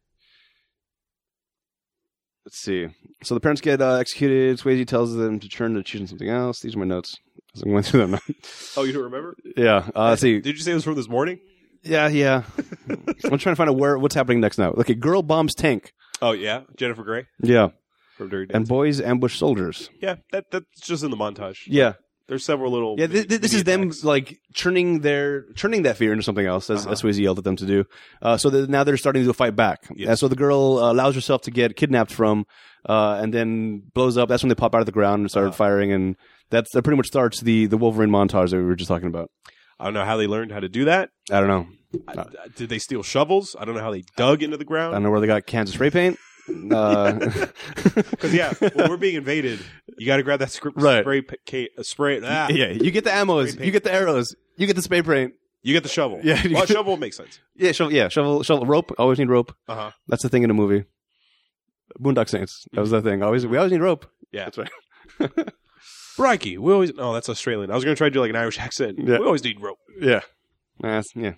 Let's see. So the parents get uh, executed. Swayze tells them to turn to choosing something else. These are my notes. As I went through them. [LAUGHS] Oh, you don't remember? yeah. Uh, let's see. Did you say it was from this morning? Yeah, [LAUGHS] yeah. I'm trying to find out where what's happening next now. Okay, girl bombs tank. Oh yeah, Jennifer Grey Yeah, from Dirty and Dancing. boys ambush soldiers. yeah, that that's just in the montage. Yeah, There's several little. Yeah, th- th- this is them like turning their turning that fear into something else, as, Uh-huh. as Swayze yelled at them to do. Uh, so that now they're starting to fight back. Yes. And so the girl uh, allows herself to get kidnapped from, uh, and then blows up. That's when they pop out of the ground and start Uh-huh. firing, and that's that pretty much starts the the Wolverine montage that we were just talking about. I don't know how they learned how to do that. I don't know. I- I- did they steal shovels? I don't know how they dug into the I ground. don't know where they got Kansas spray paint. [LAUGHS] Uh, [LAUGHS] Because yeah, when we're being invaded, you got to grab that script Right. spray pa- ca- uh, spray. Ah, yeah, you get the ammos, you get the arrows, you get the spray paint. You get the shovel. Yeah. well, a shovel makes sense. Yeah, shovel, yeah, shovel, shovel, rope. Always need rope. Uh huh. That's the thing in a movie. Boondock Saints. That was the thing. Always we always need rope. Yeah. That's right. Brikey, we always. Oh, that's Australian. I was gonna try to do like an Irish accent. Yeah. We always need rope. Yeah. That's, yeah.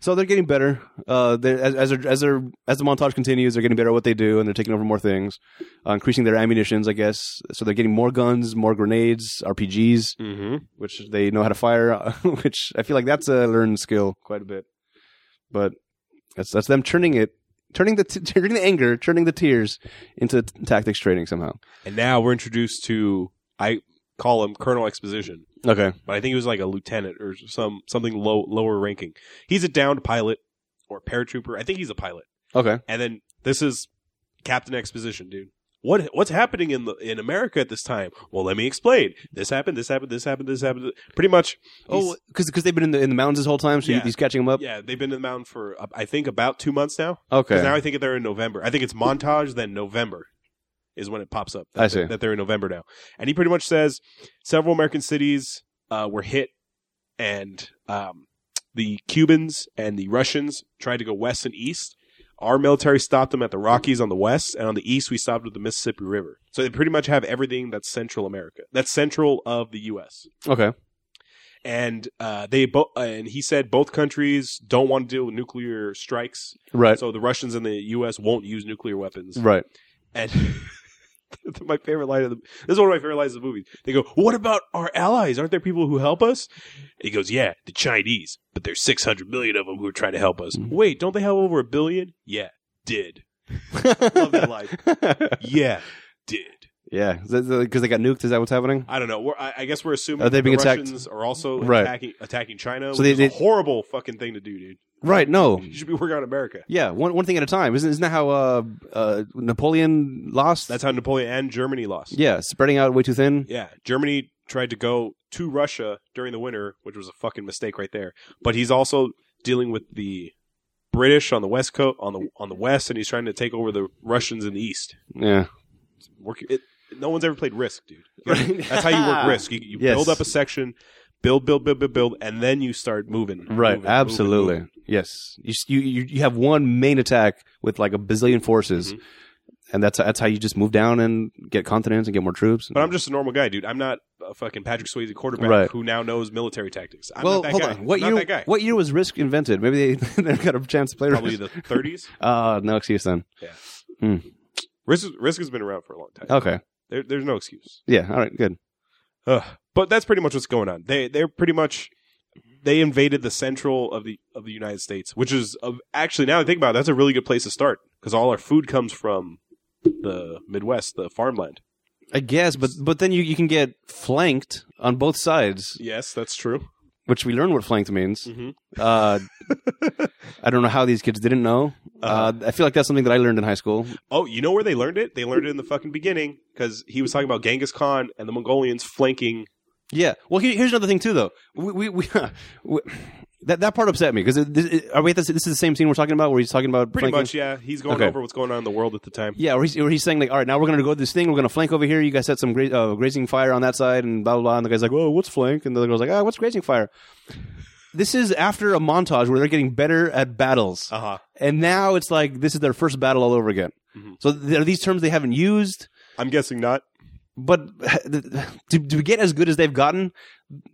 So they're getting better. Uh, they're, as as they're, as, they're, as the montage continues, they're getting better at what they do, and they're taking over more things, uh, increasing their ammunitions, I guess. So they're getting more guns, more grenades, RPGs, Mm-hmm. which they know how to fire. [LAUGHS] which I feel like that's a learned skill quite a bit. But that's that's them turning it, turning the t- [LAUGHS] turning the anger, turning the tears into t- tactics training somehow. And now we're introduced to I call him Colonel Exposition, Okay. but I think he was like a lieutenant or some something low lower ranking. He's a downed pilot or paratrooper. I think he's a pilot. Okay. And then this is Captain Exposition, dude. What what's happening in the in America at this time? Well, let me explain. This happened. This happened. This happened. This happened. Pretty much. Oh, because they've been in the in the mountains this whole time, so you- Yeah. he's catching them up. yeah, they've been in the mountain for uh, I think about two months now. Okay. Because now I think they're in November. I think it's montage, then November is when it pops up. That I see. That they're in November now. And he pretty much says several American cities uh, were hit, and um, the Cubans and the Russians tried to go west and east. Our military stopped them at the Rockies on the west, and on the east we stopped at the Mississippi River. So they pretty much have everything that's Central America, that's central of the U.S okay. and uh, they both and he said both countries don't want to deal with nuclear strikes, Right. so the Russians and the U.S. won't use nuclear weapons. Uh, right. And [LAUGHS] my favorite line of the this is one of my favorite lines of the movie. They go, "What about our allies? Aren't there people who help us?" He goes, "Yeah, the Chinese, but there's 600 million of them who are trying to help us. Mm. Wait, don't they have over a billion? Yeah, did love [LAUGHS] that line. Yeah, did." yeah, because they got nuked. Is that what's happening? I don't know. We're, I, I guess we're assuming Are they the being attacked? Russians are also Right. attacking attacking China. So So they- which is a they- horrible fucking thing to do, dude. Right. No. You should be working on America. Yeah. One one thing at a time. Isn't isn't that how uh, uh, Napoleon lost? That's how Napoleon and Germany lost. yeah, spreading out way too thin. Yeah. Germany tried to go to Russia during the winter, which was a fucking mistake right there. But he's also dealing with the British on the west coast on the on the west, and he's trying to take over the Russians in the east. Yeah. Work it, no one's ever played Risk, dude. You gotta- That's how you [LAUGHS] work Risk. You, you Yes. build up a section, build, build, build, build, build, and then you start moving. Right. moving, moving, absolutely. moving. Yes. You, s- you you you have one main attack with like a bazillion forces, Mhm. and that's that's how you just move down and get continents and get more troops. But I'm just a normal guy, dude. I'm not a fucking Patrick Swayze quarterback Right. who now knows military tactics. I'm well, not that hold guy. on. What I'm year? Not that guy. What year was Risk invented? Maybe they [LAUGHS] they got a chance to play Probably Risk. the 30s. Uh, no excuse then. Risk, Risk has been around for a long time. Okay. There, there's no excuse. Yeah. All right. Good. Ugh. But that's pretty much what's going on. They they're pretty much they invaded the central of the of the United States, which is of, actually now that I think about it, that's a really good place to start because all our food comes from the Midwest, the farmland. I guess, but but then you, you can get flanked on both sides, Yes, that's true. which we learn what [LAUGHS] flanked means. Mm-hmm. Uh, I don't know how these kids didn't know. Uh, I feel like that's something that I learned in high school. Oh, you know where they learned it? They learned it in the fucking beginning because he was talking about Genghis Khan and the Mongolians flanking. Yeah. Well, here, here's another thing too, though. We we, we, [LAUGHS] we that that part upset me because are we at this, this is the same scene we're talking about where he's talking about Pretty flanking? much, yeah. He's going Okay. over what's going on in the world at the time. Yeah, or he's, or he's saying like, all right, now we're going to go to this thing. We're going to flank over here. You guys set some gra- uh, grazing fire on that side, and blah blah blah. And the guy's like, whoa, what's flank? And the other girl's like, ah, what's grazing fire? This is after a montage where they're getting better at battles, Uh huh. and now it's like this is their first battle all over again. Mhm. So there are these terms they haven't used, I'm guessing not. but [LAUGHS] to, to get as good as they've gotten,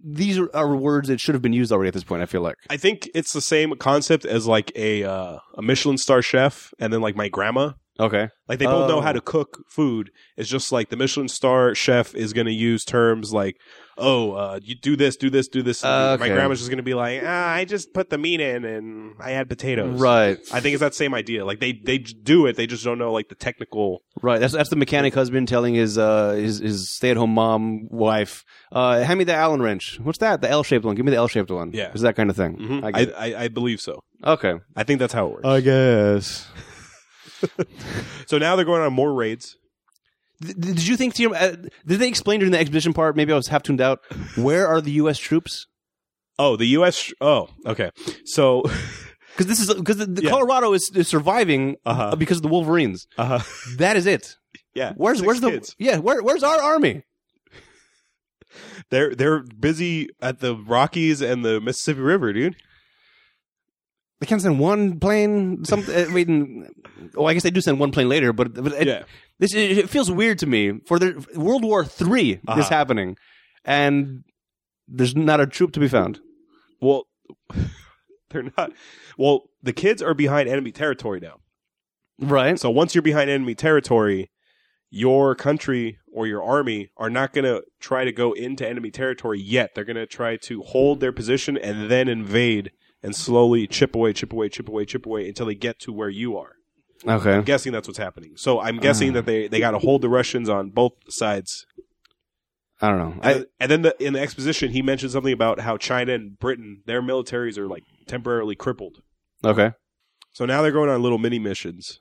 these are, are words that should have been used already at this point. I feel like. I think it's the same concept as like a uh, a Michelin star chef, and then like my grandma. Okay. Like they both know Oh. how to cook food. It's just like the Michelin star chef is going to use terms like, "Oh, uh, you do this, do this, do this." and My Uh, Okay. grandma's just going to be like, ah, "I just put the meat in and I had potatoes." Right. I think it's that same idea. Like they they j- do it, they just don't know like the technical. Right. That's that's the mechanic husband telling his uh his, his stay at home mom wife, uh, hand me the Allen wrench. What's that? The L shaped one. Give me the L shaped one. Yeah. Mm-hmm. It's that kind of thing. Mm-hmm. I I, get I, I believe so. it. Okay. I think that's how it works. guess. so now they're going on more raids. did you think to your? Uh, did they explain during the exhibition part? Maybe I was half tuned out. Where are the U.S. troops? Oh, the U.S. sh- Oh, okay. So, [LAUGHS] Because this is because the, the Yeah. Colorado is, is surviving Uh-huh. uh, because of the Wolverines. uh, That is it. yeah. Where's six where's the kids. yeah? Where, where's our army? They're they're busy at the Rockies and the Mississippi River, dude. They can't send one plane. Something. uh, wait, and- oh, I guess they do send one plane later, but, but it, yeah. This it, it feels weird to me. For the World War Three Uh-huh. is happening, and there's not a troop to be found. Well, [LAUGHS] They're not. Well, the kids are behind enemy territory now. Right. So once you're behind enemy territory, your country or your army are not going to try to go into enemy territory yet. They're going to try to hold their position and then invade and slowly chip away, chip away, chip away, chip away until they get to where you are. Okay. I'm guessing that's what's happening. So I'm guessing Ah. that they, they got to hold the Russians on both sides. I don't know. And, I, Uh, and then the, in the exposition, he mentioned something about how China and Britain, their militaries are like temporarily crippled. okay. So now they're going on little mini missions,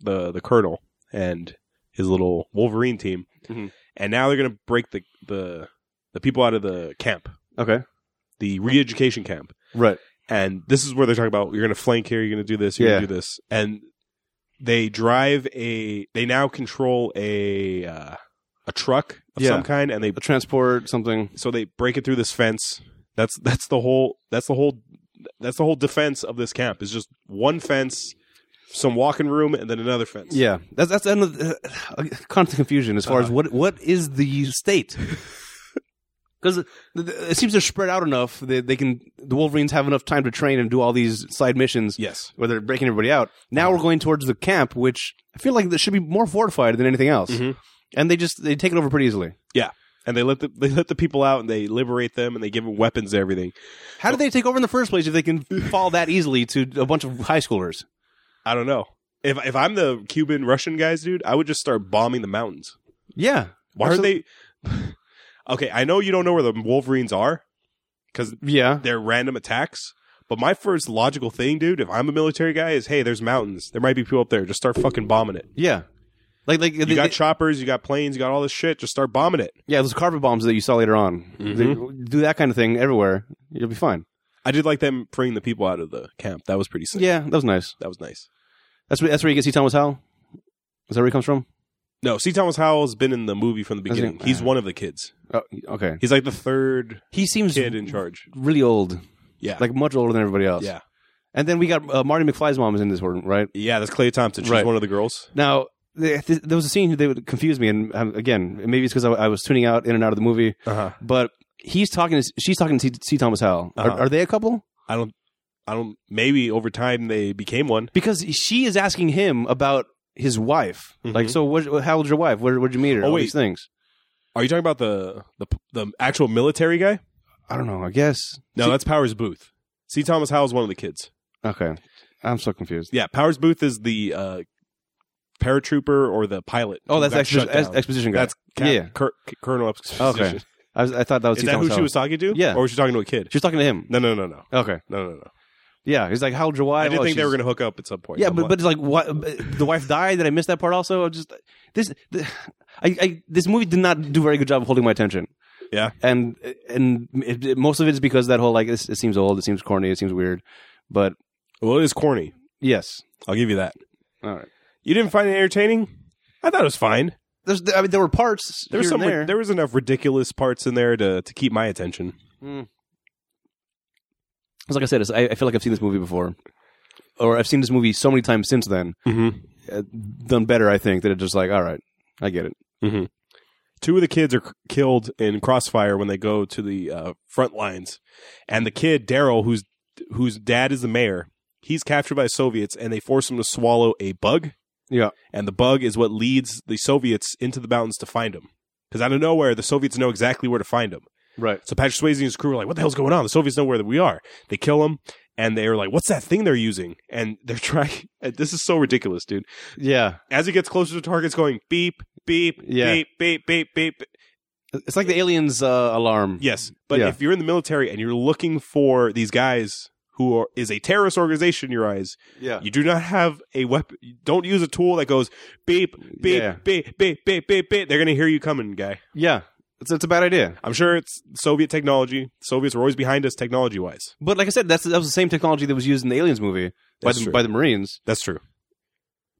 the the colonel and his little Wolverine team, Mhm. and now they're going to break the the the people out of the camp, Okay. the re-education camp, Right. and this is where they're talking about you're going to flank here, you're going to do this, you're Yeah. going to do this, and they drive a they now control a uh, a truck of Yeah. some kind, and they A transport something. so they break it through this fence. That's that's the whole that's the whole that's the whole defense of this camp is just one fence, some walking room, and then another fence. Yeah. That's that's another uh, constant confusion as far as Uh-huh. what what is the [LAUGHS] state. Because it seems they're spread out enough that they can the Wolverines have enough time to train and do all these side missions Yes. where they're breaking everybody out. Now we're going towards the camp, which I feel like that should be more fortified than anything else. Mhm. And they just they take it over pretty easily. And they let the they let the people out and they liberate them and they give them weapons and everything. How did they take over in the first place if they [LAUGHS] can fall that easily to a bunch of high schoolers? I don't know. If if I'm the Cuban Russian guys, dude, I would just start bombing the mountains. Yeah. Why are Absol- they? [LAUGHS] okay, I know you don't know where the Wolverines are because Yeah. they're random attacks. But my first logical thing, dude, if I'm a military guy, is hey, there's mountains. There might be people up there. Just start fucking bombing it. Yeah. Like like You got choppers, you got planes, you got all this shit. Just start bombing it. yeah, those carpet bombs that you saw later on. Mhm. They- do that kind of thing everywhere. You'll be fine. I did like them freeing the people out of the camp. That was pretty sick. Yeah, that was nice. That was nice. That's where, that's where you can see Thomas Howell. Is that where he comes from? No, C. Thomas Howell's been in the movie from the Doesn't beginning. it- He's one of the kids. Oh, okay. He's like the third He seems kid in charge. really old, Yeah. like much older than everybody else. yeah. And then we got uh, Marty McFly's mom is in this one, right? Yeah, that's Clay Thompson. She's Right. one of the girls. Now, th- th- there was a scene that would confuse me, and um, again, maybe it's because I, I was tuning out in and out of the movie. Uh-huh. But he's talking to she's talking to C. C. Thomas Howell. Uh-huh. Are, are they a couple? I don't I don't maybe over time they became one. Because she is asking him about his wife. Mhm. Like, so what, how old's your wife? Where would you meet her? Oh, All wait. these things. Are you talking about the the the actual military guy? I don't know. I guess. No, See- that's Powers Booth. C. Thomas Howell's one of the kids. okay. I'm so confused. Yeah, Powers Booth is the uh paratrooper or the pilot. Oh, who that's got expo- shut down. ex- exposition guy. That's Cap- Yeah. Cur- Colonel Exposition. Okay. I, was, I thought that was. Is C. that Thomas who she Howell. was talking to? Yeah. Or was she talking to a kid? She was talking to him. No, no, no, no, Okay. no, no, no. Yeah. He's like, how old's your I, wife? did Oh, think they she's- were going to hook up at some point. Yeah, I'm but like- but it's like what uh, the wife died. Did I miss that part? Also, I just this, th I, I this movie did not do a very good job of holding my attention. Yeah. and and it, it- most of it is because that whole like it, it seems old, it seems corny, it seems weird, but well, it is corny. yes, I'll give you that. all right. You didn't find it entertaining? I thought it was fine. There's I mean there were parts There was here some. and ri- there. there was enough ridiculous parts in there to to keep my attention. It's like I said, it's, I, I feel like I've seen this movie before, or I've seen this movie so many times since then. Mm-hmm. Uh, done better, I think. That it's just like all right, I get it. Two of the kids are c- killed in crossfire when they go to the uh, front lines, and the kid Daryl, whose whose dad is the mayor, he's captured by Soviets, and they force him to swallow a bug. Yeah. and the bug is what leads the Soviets into the mountains to find him. Because out of nowhere, the Soviets know exactly where to find him. Right. So Patrick Swayze and his crew are like, "What the hell's going on?" The Soviets know where we are. They kill him, and they are like, "What's that thing they're using?" And they're [LAUGHS] trying. and This is so ridiculous, dude. Yeah. As he gets closer to target, it's going beep, beep, Yeah. beep, beep, beep, beep. It's like the aliens uh, alarm. Yes, but Yeah. if you're in the military and you're looking for these guys who are, is a terrorist organization in your eyes, uh, Yeah. you do not have a weapon. Don't use a tool that goes beep, beep, Yeah. beep, beep, beep, beep, beep. They're gonna hear you coming, guy. Yeah. It's, it's a bad idea. I'm sure it's Soviet technology. Soviets were always behind us technology wise. But like I said, that's that was the same technology that was used in the Aliens movie by That's the, true. by the Marines. That's true.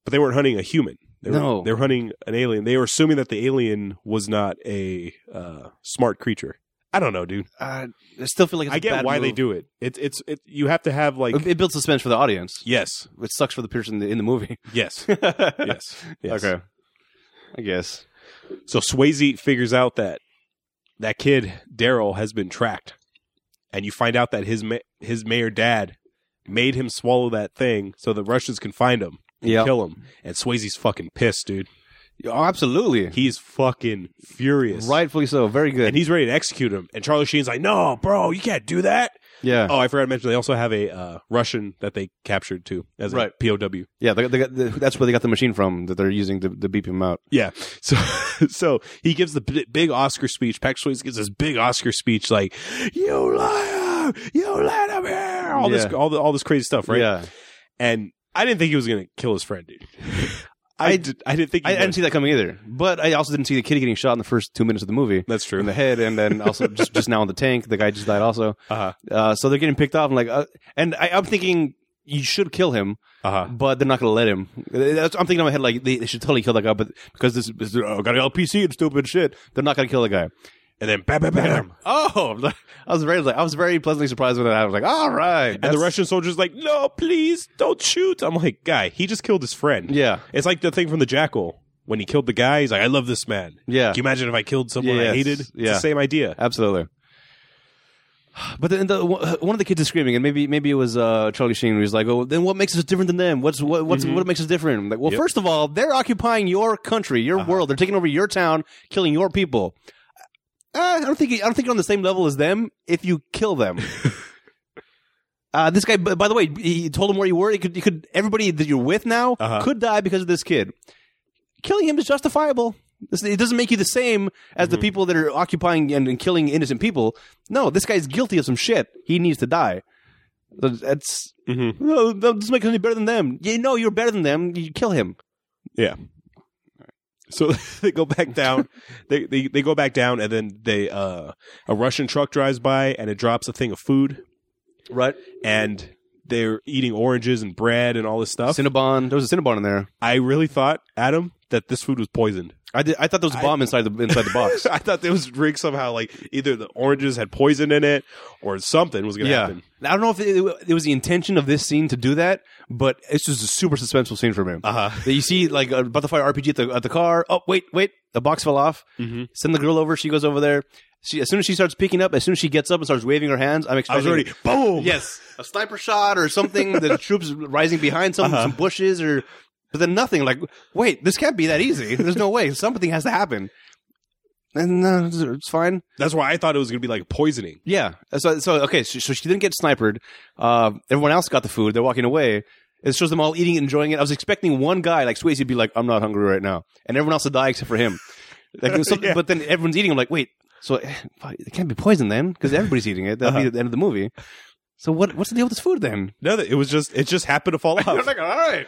But they weren't hunting a human. They were, No. they were hunting an alien. They were assuming that the alien was not a uh, smart creature. I don't know, dude. Uh, I still feel like it's I a get bad why they move. do it. It's it's it, you have to have like It, it builds suspense for the audience. yes, It sucks for the person in the, in the movie. [LAUGHS] yes, yes. yes, yes. Okay. I guess. So Swayze figures out that that kid Daryl has been tracked, and you find out that his ma- his mayor dad made him swallow that thing so the Russians can find him, and Yeah. kill him. And Swayze's fucking pissed, dude. Oh, absolutely. He's fucking furious, Rightfully so. Very good. And he's ready to execute him. And Charlie Sheen's like, "No, bro, you can't do that." yeah. Oh, I forgot to mention they also have a uh, Russian that they captured too as a Right. POW. Yeah. They, they got the, that's where they got the machine from that they're using to, to beep him out. Yeah. [LAUGHS] So so he gives the b- big Oscar speech. Patrick Swayze gives this big Oscar speech like, "You liar! You let him here!" All this Yeah. all the, all this crazy stuff, right? Yeah. And I didn't think he was going to kill his friend, dude. I, I- did, I didn't think he I, I didn't would. see that coming either. But I also didn't see the kid getting shot in the first two minutes of the movie. That's true. In the head, and then also [LAUGHS] just, just now in the tank, the guy just died. Also, Uh-huh. uh, so they're getting picked off. And like, uh, and I, I'm thinking you should kill him, Uh-huh. but they're not going to let him. That's, I'm thinking in my head like they, they should totally kill that guy, but because this, this oh, got LPC and stupid shit, they're not going to kill the guy. And then bam, bam, bam. Oh, [LAUGHS] I was very like I was very pleasantly surprised when that. I was like, all right, And the that's- Russian soldier's like, "No, please, don't shoot." I'm like, "Guy, he just killed his friend." yeah, It's like the thing from the Jackal when he killed the guy. He's like, "I love this man." yeah, Can you imagine if I killed someone I Yes. hated? It's Yeah. the same idea. Absolutely. But then the, uh, one of the kids is screaming, and maybe maybe it was uh, Charlie Sheen who's like, "Oh, then what makes us different than them? What's what what's what makes us different?" I'm like, well, Mm-hmm. Yep. Uh-huh. first of all, they're occupying your country, your world. They're taking over your town, killing your people. Uh, I don't think I don't think you're on the same level as them if you kill [LAUGHS] them. uh, this guy, b- by the way, he told him where you were. He could, he could everybody that you're with now Uh-huh. could die because of this kid. Killing him is justifiable. This- It doesn't make you the same as the people that are occupying and, and killing innocent people. No, this guy's guilty of some shit. He needs to die. That's Mm-hmm. no, that doesn't make him any better than them. You know, you're better than them. You kill him. Yeah. So [LAUGHS] they go back down. they, they they go back down, and then they uh, a Russian truck drives by, and it drops a thing of food, Right. and they're eating oranges and bread and all this stuff. Cinnabon. There was a Cinnabon in there. I really thought Adam that this food was poisoned. I did, I thought there was a bomb inside the inside the [LAUGHS] [LAUGHS] box. I thought it was rigged somehow. Like either the oranges had poison in it, or something was going to yeah. happen. I don't know if it, it was the intention of this scene to do that, but it's just a super suspenseful scene for me. Uh huh. that you see like a about to fire RPG at the at the car. Oh wait, wait, the box fell off. Mhm. Send the girl over. She goes over there. She as soon as she starts picking up, as soon as she gets up and starts waving her hands, I'm I expecting was already boom. yes [LAUGHS] a sniper shot or something. the troops rising behind some Uh-huh. some bushes or but then nothing. Like wait, this can't be that easy. There's no way. Something has to happen. And no, it's- it's fine. That's why I thought it was going to be like poisoning. Yeah. So, so okay. So, so she didn't get snipered. Uh, everyone else got the food. They're walking away. It shows them all eating, enjoying it. I was expecting one guy like Swayze to be like, "I'm not hungry right now," and everyone else to die except for him. Like, [LAUGHS] it was something- Yeah. But then everyone's eating. I'm like, wait. So eh, fuck, it can't be poison then, because everybody's eating it. That'll be the end of the movie. So what? What's the deal with this food [LAUGHS] then? No, that- it was just it just happened to [LAUGHS] fall off. all right.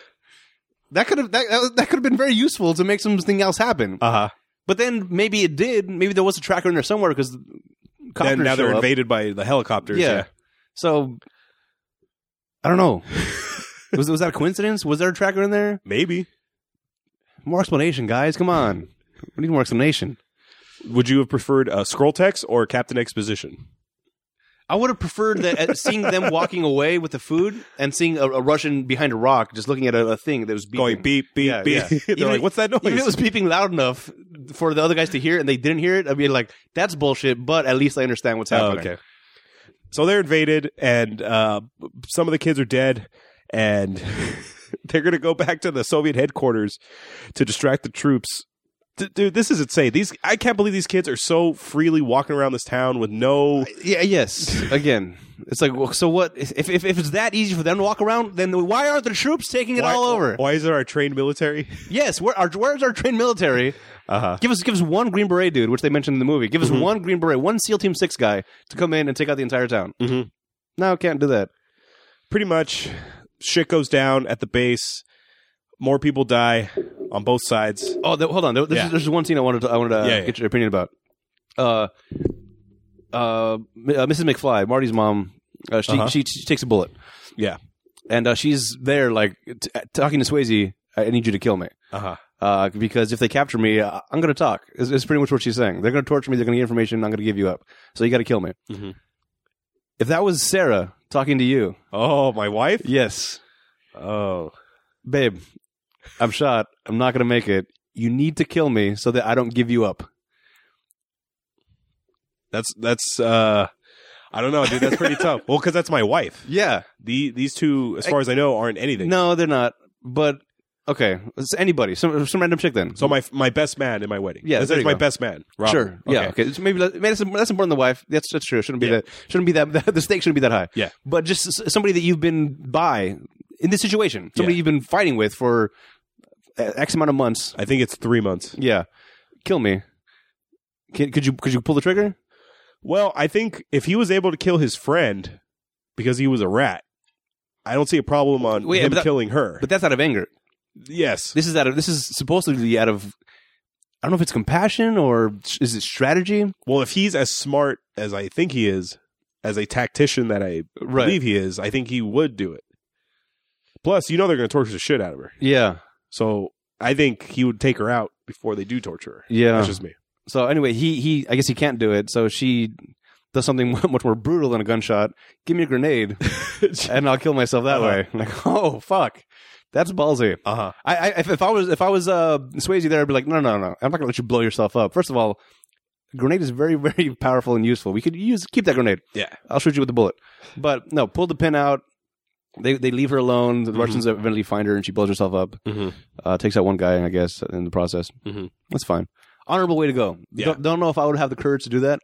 That could have that, that, that could have been very useful to make something else happen. Uh huh. but then maybe it did. Maybe there was a tracker in there somewhere because Then now they're invaded by the helicopters. Yeah. So I don't [LAUGHS] know. was was that a coincidence? Was there a tracker in there? Maybe. More explanation, guys. Come on. We need more explanation. Would you have preferred uh, scroll text or Captain Exposition? I would have preferred that uh, seeing them walking away with the food and seeing a, a Russian behind a rock just looking at a, a thing that was beeping. Going beep beep Yeah, beep. yeah. [LAUGHS] they're Even like, if- what's that noise? Even if it was beeping loud enough for the other guys to hear it and they didn't hear it, I'd be like, that's bullshit, but at least I understand what's Oh, happening. okay. So they're invaded, and uh, some of the kids are dead, and [LAUGHS] they're going to go back to the Soviet headquarters to distract the troops. D- dude, this is insane. These I can't believe these kids are so freely walking around this town with no. Yeah, yes. Again, it's like, well, so what? If, if, if it's that easy for them to walk around, then why aren't the troops taking it why, all over? Why is there our trained [LAUGHS] military? Yes, where, our, where's our trained military? Uh-huh. Give us give us one Green Beret dude, which they mentioned in the movie. Give us Mm-hmm. one Green Beret, one SEAL Team Six guy to come in and take out the entire town. Mhm. No, can't do that. Pretty much, shit goes down at the base. More people die on both sides. Oh, th- hold on. There- There's, Yeah. there's one scene I wanted to, I wanted to uh, Yeah, yeah. get your opinion about. Uh, uh, M- uh, Mrs. McFly, Marty's mom. Uh, she, Uh-huh. she she takes a bullet, Yeah. and uh, she's there like t- talking to Swayze. I need you to kill me. Uh huh. uh, because if they capture me, uh, I'm going to talk. Is, is pretty much what she's saying. They're going to torture me. They're going to get information. I'm going to give you up. So you got to kill me. Mhm. If that was Sarah talking to you, Oh, my wife? yes, Oh. babe, I'm shot. I'm not going to make it. You need to kill me so that I don't give you up. [LAUGHS] That's that's uh I don't know, dude, that's pretty tough. Well, cuz that's my wife. Yeah, The these two, as far as I know, aren't anything. No, they're not. But okay, it's anybody, some some random chick then. So my my best man in my wedding. Yeah, This there is you my go. best man. Robert. Sure. Yeah. Okay. It's maybe that- maybe that's, that's important. than The wife. That's that's true. It Shouldn't be Yeah. that. Shouldn't be that, [LAUGHS] The stake shouldn't be that high. Yeah. But just s- somebody that you've been by in this situation, somebody Yeah. you've been fighting with for uh, x amount of months. I think it's three months. Yeah. Kill me. Can, could you could you pull the trigger? Well, I think if he was able to kill his friend because he was a rat, I don't see a problem on Wait, him but that- killing her. But that's out of anger. yes. This is out of this is supposedly out of. I don't know if it's compassion or s- is it strategy. Well, if he's as smart as I think he is, as a tactician that I Right. believe he is, I think he would do it. Plus, you know they're going to torture the shit out of her. Yeah. So I think he would take her out before they do torture her. Yeah. That's just me. So anyway, he he I guess he can't do it. So she does something [LAUGHS] much more brutal than a gunshot. Give me a grenade, and I'll kill myself that Uh-huh. way. [LAUGHS] Like, oh fuck, that's ballsy. Uh huh. I, I if, if I was if I was uh Swayze there, I'd be like, no no no, no. I'm not gonna let you blow yourself up. First of all, a grenade is very [LAUGHS] very powerful and useful. We could use keep that grenade. Yeah. I'll shoot you with the bullet. But no, pull the pin out. They they leave her alone. The Mhm. Russians eventually find her, and she blows herself up. Mm-hmm. Uh, takes out one guy, I guess, in the process. Mhm. That's fine. Honorable way to go. Yeah. Don't, don't know if I would have the courage to do that.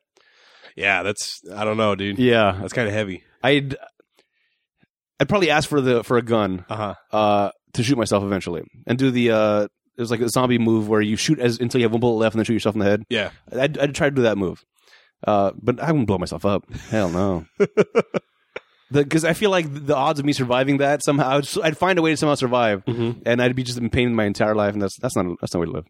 Yeah, that's I don't know, dude. Yeah, That's kind of heavy. I'd I'd probably ask for the for a gun Uh huh. uh, to shoot myself eventually and do the uh, it was like a zombie move where you shoot as until you have one bullet left and then shoot yourself in the head. Yeah. I'd, I'd try to do that move, uh, but I wouldn't blow myself up. Hell [LAUGHS] no. Because I feel like the odds of me surviving that somehow, I'd, s- I'd find a way to somehow survive, Mhm. and I'd be just in pain my entire life, and that's that's not that's not way to live.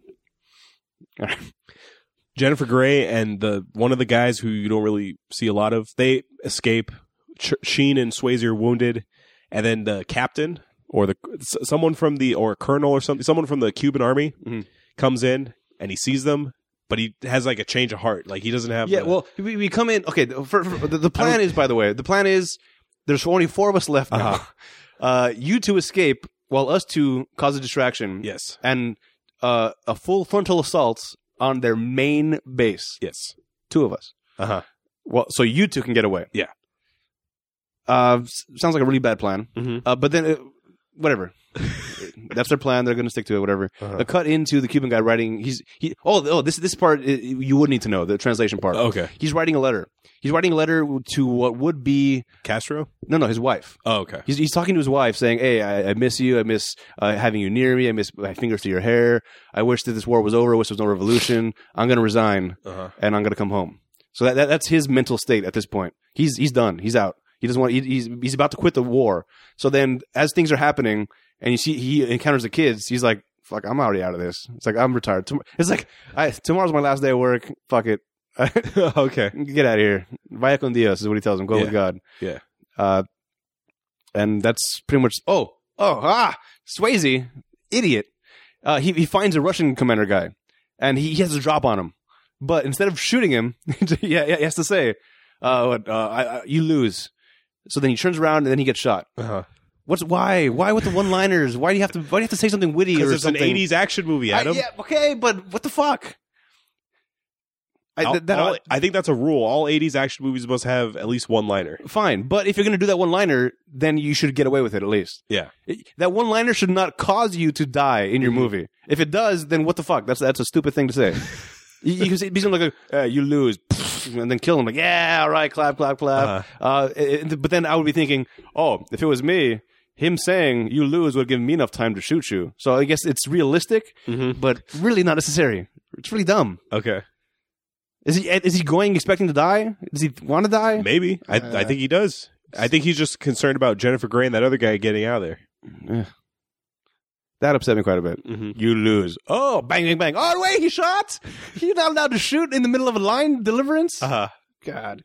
Jennifer Grey and the one of the guys who you don't really see a lot of, they escape. Ch- Sheen and Swayze are wounded, and then the captain or the s- someone from the or a colonel or something, someone from the Cuban army Mhm. comes in and he sees them, but he has like a change of heart, like he doesn't have. Yeah, the- well, we, we come in. Okay, the- for, for, the, the plan is, by the way, the plan is there's only four of us left now. uh Uh-huh. you two escape while us two cause a distraction yes, and uh, a full frontal assault on their main base. yes, Two of us. uh huh. Well, so you two can get away. Yeah. Uh, s- sounds like a really bad plan. Mhm. Uh, but then, uh, whatever. [LAUGHS] That's their plan. They're going to stick to it. Whatever. Uh-huh. A cut into the Cuban guy writing. He's he. Oh, oh. This this part uh, you would need to know the translation part. Okay, He's writing a letter. He's writing a letter to what would be Castro. no, no, his wife. Oh, okay. He's, he's talking to his wife, saying, "Hey, I, I miss you. I miss uh, having you near me. I miss my fingers to your hair. I wish that this war was over. I wish there was no revolution. I'm going to resign Uh huh. and I'm going to come home." So that, that that's his mental state at this point. He's he's done. He's out. He doesn't want. He, he's he's about to quit the war. So then, as things are happening, and you see he encounters the kids, he's like, "Fuck, I'm already out of this." It's like I'm retired. Tom- It's like I, tomorrow's my last day of work. Fuck it. [LAUGHS] [LAUGHS] okay. get out of here. Vaya con Dios is what he tells him. Go Yeah. with God. Yeah. Uh, and that's pretty much. Oh, oh, ah, Swayze, idiot. Uh, he he finds a Russian commander guy, and he, he has a drop on him. But instead of shooting him, [LAUGHS] yeah, yeah, he has to say, uh, what, uh, I, I, "You lose." So then he turns around and then he gets shot. Uh huh. What's why? Why with the one-liners? Why do you have to? Why do you have to say something witty or Because it's something? an '80s action movie, I- Adam. yeah, okay, but what the fuck? I, All- th- that, all- I think that's a rule. All '80s action movies must have at least one liner. fine. But if you're going to do that one liner, then you should get away with it at least. Yeah. It- That one liner should not cause you to die in your movie. If it does, then what the fuck? That's that's a stupid thing to say. you, you can say, be something like, uh, "You lose," [LAUGHS] and then kill him. Like, yeah, all right, clap, clap, clap. uh it- it- but then I would be thinking, oh, if it was me. Him saying you lose would give me enough time to shoot you. So I guess it's realistic, Mhm. but really not necessary. It's really dumb. Okay. Is he is he going expecting to die? Does he want to die? Maybe. I, Uh, I think he does. I think he's just concerned about Jennifer Grey and that other guy getting out of there. That upset me quite a bit. Mm-hmm. You lose. Oh, bang, bang, bang. Oh, wait, he shot. You're not allowed to shoot in the middle of a line deliverance. Uh-huh. God.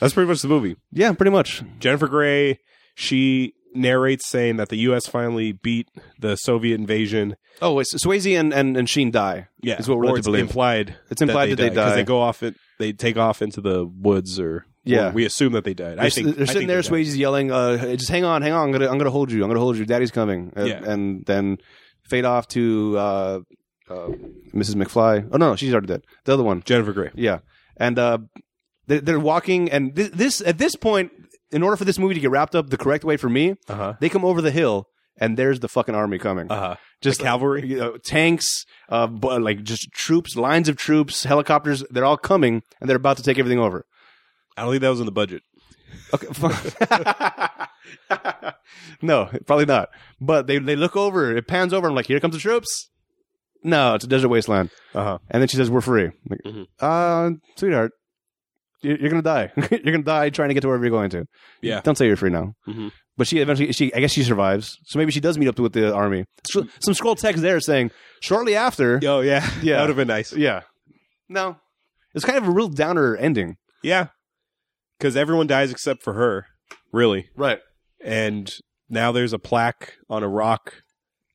That's pretty much the movie. Yeah, pretty much. Jennifer Grey, she narrates saying that the U.S. finally beat the Soviet invasion. Oh, wait, so Swayze and, and, and Sheen die. Yeah, Is what we're led or to it's believe. implied. It's implied that they because die. They go off. It, they take off into the woods, or Yeah. or we assume that they died. They're, I s- think I they're sitting think there. they died. Swayze's yelling, uh, "Hey, "Just hang on, hang on. I'm gonna, I'm gonna hold you. I'm gonna hold you. Daddy's coming." Uh, Yeah. And then fade off to uh, uh, Mrs. McFly. Oh no, no, she's already dead. The other one. Jennifer Grey. Yeah, and uh, they're, they're walking, and this, this at this point, in order for this movie to get wrapped up the correct way for me, Uh huh. they come over the hill and there's the fucking army coming. Uh huh. just cavalry? you know, tanks, uh, bu- like just troops, lines of troops, helicopters. They're all coming and they're about to take everything over. I don't think that was in the budget. Okay. fu- [LAUGHS] no, probably not. But they they look over. It pans over. and I'm like, here comes the troops. No, it's a desert wasteland. Uh huh. And then she says, "We're free." I'm Like, Mhm. uh, sweetheart, you're, you're gonna die. [LAUGHS] you're gonna die trying to get to wherever you're going to. Yeah. Don't say you're free now. Mhm. But she eventually, she I guess she survives. So maybe she does meet up with the army. So- Some scroll text there saying, "Shortly after." Oh [LAUGHS] yeah. Yeah. That would have been nice. Yeah. No. It's kind of a real downer ending. Yeah. Because everyone dies except for her, really. Right. And now there's a plaque on a rock.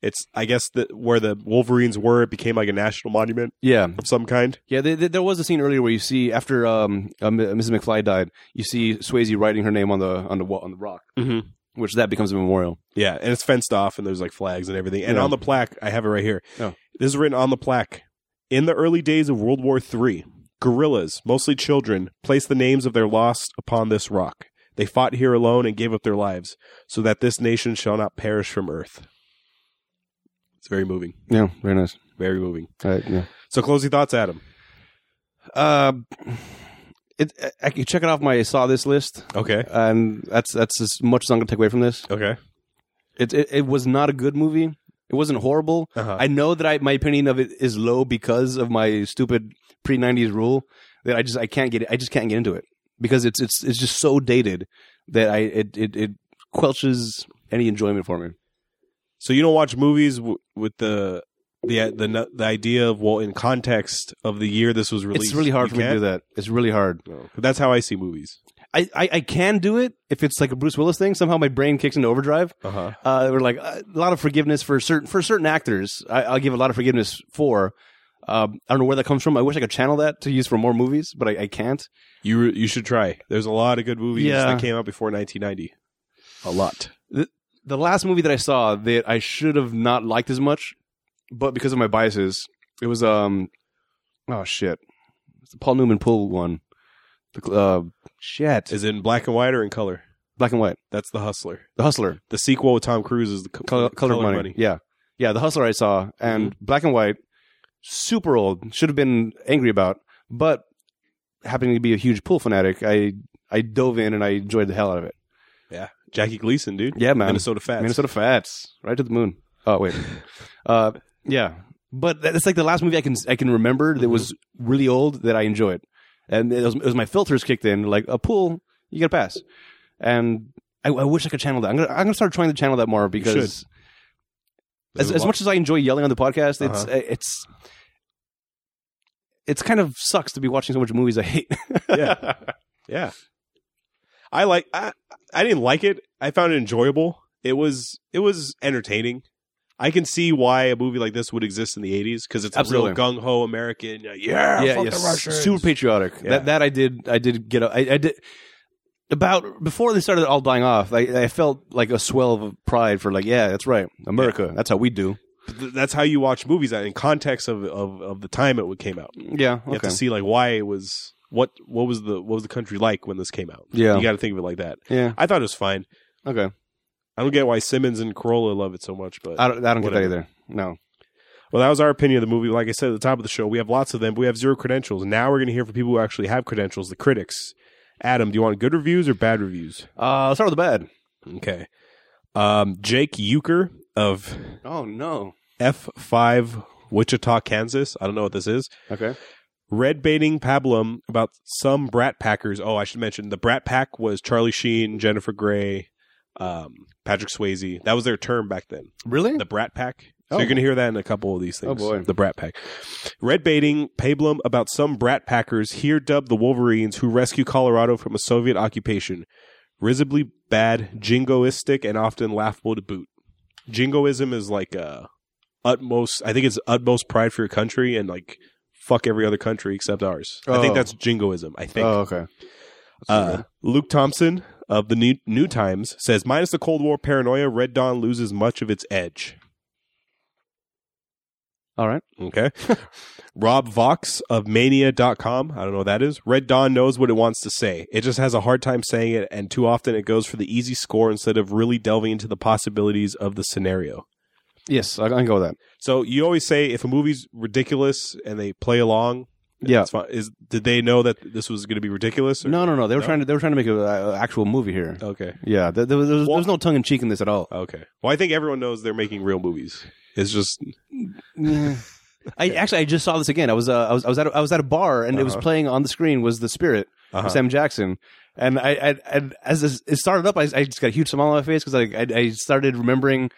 It's I guess that where the Wolverines were, it became like a national monument Yeah. of some kind. Yeah, th th there was a scene earlier where you see after um, uh, M- Mrs. McFly died, you see Swayze writing her name on the on the wa- on the rock, Mhm. which that becomes a memorial. Yeah, and it's fenced off, and there's like flags and everything. And Yeah. on the plaque, I have it right here. Oh. This is written on the plaque. In the early days of World War III, guerrillas, mostly children, placed the names of their lost upon this rock. They fought here alone and gave up their lives, so that this nation shall not perish from earth. It's very moving. Yeah, very nice. Very moving. All right, yeah. So, closing thoughts, Adam. Uh, it, I- I can check it off my saw this list, Okay. and that's that's as much as I'm gonna take away from this. Okay. It it, it was not a good movie. It wasn't horrible. Uh-huh. I know that I, my opinion of it is low because of my stupid pre '90s rule that I just I can't get it, I just can't get into it because it's it's it's just so dated that I it it, it quelches any enjoyment for me. so you don't watch movies w- with the the the the idea of well, in context of the year this was released. It's really hard for me to do that. It's really hard. That's how I see movies. I, I I can do it if it's like a Bruce Willis thing. Somehow my brain kicks into overdrive. Uh huh. uh, we're like uh, a lot of forgiveness for certain for certain actors. I, I'll give a lot of forgiveness for. Um, I don't know where that comes from. I wish I could channel that to use for more movies, but I, I can't. You re- you should try. There's a lot of good movies Yeah. that came out before 1990. A lot. The last movie that I saw that I should have not liked as much, but because of my biases, it was um, oh shit, it's the Paul Newman Pool one. The cl- uh, shit, Is in black and white or in color? black and white. That's The Hustler. The Hustler, The sequel with Tom Cruise is the co- color, color, money. Mm-hmm. Yeah, yeah. The Hustler I saw and black and white, super old. Should have been angry about, but happening to be a huge pool fanatic, I I dove in and I enjoyed the hell out of it. Jackie Gleason, dude. Yeah, man. Minnesota Fats. Minnesota Fats, right to the moon. Oh [LAUGHS] wait, uh, yeah. But that- that's like the last movie I can I can remember that was really old that I enjoyed, and it was, it was my filters kicked in like a pool. You get a pass, and I, I wish I could channel that. I'm gonna I'm gonna start trying to channel that more because as, There's a as lot- much as I enjoy yelling on the podcast, it's eh, it's it's kind of sucks to be watching so much movies I hate. [LAUGHS] [LAUGHS] Yeah. Yeah. I like. I I didn't like it. I found it enjoyable. It was it was entertaining. I can see why a movie like this would exist in the 80s because it's Absolutely. a real gung ho American. Yeah, yeah, [LAUGHS] fuck the Russians. super patriotic. Yeah. That that I did I did get a- I, I did about before they started all dying off. I, I felt like a swell of pride for like yeah, that's right, America. That's how we do. Th- That's how you watch movies uh, in context of of, of the time it came out. Yeah, You have to see like why it was what what was the what was the country like when this came out. yeah, You got to think of it like that. yeah. I thought it was fine. Okay, I don't get why Simmons and Corolla love it so much, but I don't I don't get that Whatever. either. No, well, that was our opinion of the movie. Like I said at the top of the show, we have lots of them. But we have zero credentials. Now we're going to hear from people who actually have credentials, the critics. Adam, do you want good reviews or bad reviews? uh, let's start with the bad. Okay. Um, Jake Euchre of Oh no. F5 Wichita, Kansas. I don't know what this is. Okay. red baiting pablum about some brat packers. Oh, I should mention the brat pack was Charlie Sheen, Jennifer Grey, um, Patrick Swayze. That was their term back then. Really? The brat pack. So Oh. you're gonna hear that in a couple of these things. Oh, boy. the brat pack. Red baiting pablum about some brat packers here dubbed the Wolverines who rescue Colorado from a Soviet occupation. Risibly bad, jingoistic, and often laughable to boot. Jingoism is like uh utmost I think it's utmost pride for your country and like fuck every other country except ours. I Oh. think that's jingoism, I think. oh okay. Uh, Luke Thompson of the New, New Times says, minus the Cold War paranoia, Red Dawn loses much of its edge. All right. Okay. [LAUGHS] Rob Vox of mania.com. I don't know what that is. Red Dawn knows what it wants to say. It just has a hard time saying it, and too often it goes for the easy score instead of really delving into the possibilities of the scenario. Yes, I I can go with that. So you always say if a movie's ridiculous and they play along, Yeah. it's fine. Is did they know that this was going to be ridiculous? or- No, no, no. They were No? Oh. trying to they were trying to make an actual movie here. Okay. Yeah, there, there, was, there was- there was no tongue in cheek in this at all. Okay. Well, I think everyone knows they're making real movies. It's just I actually I just saw this again. I was uh, I was I was at a, I was at a bar and it was Uh-huh. playing on the screen was the Spirit of Uh-huh. Sam Jackson. And I, I and as this, it started up, I, I just got a huge smile on my face because I, I I started remembering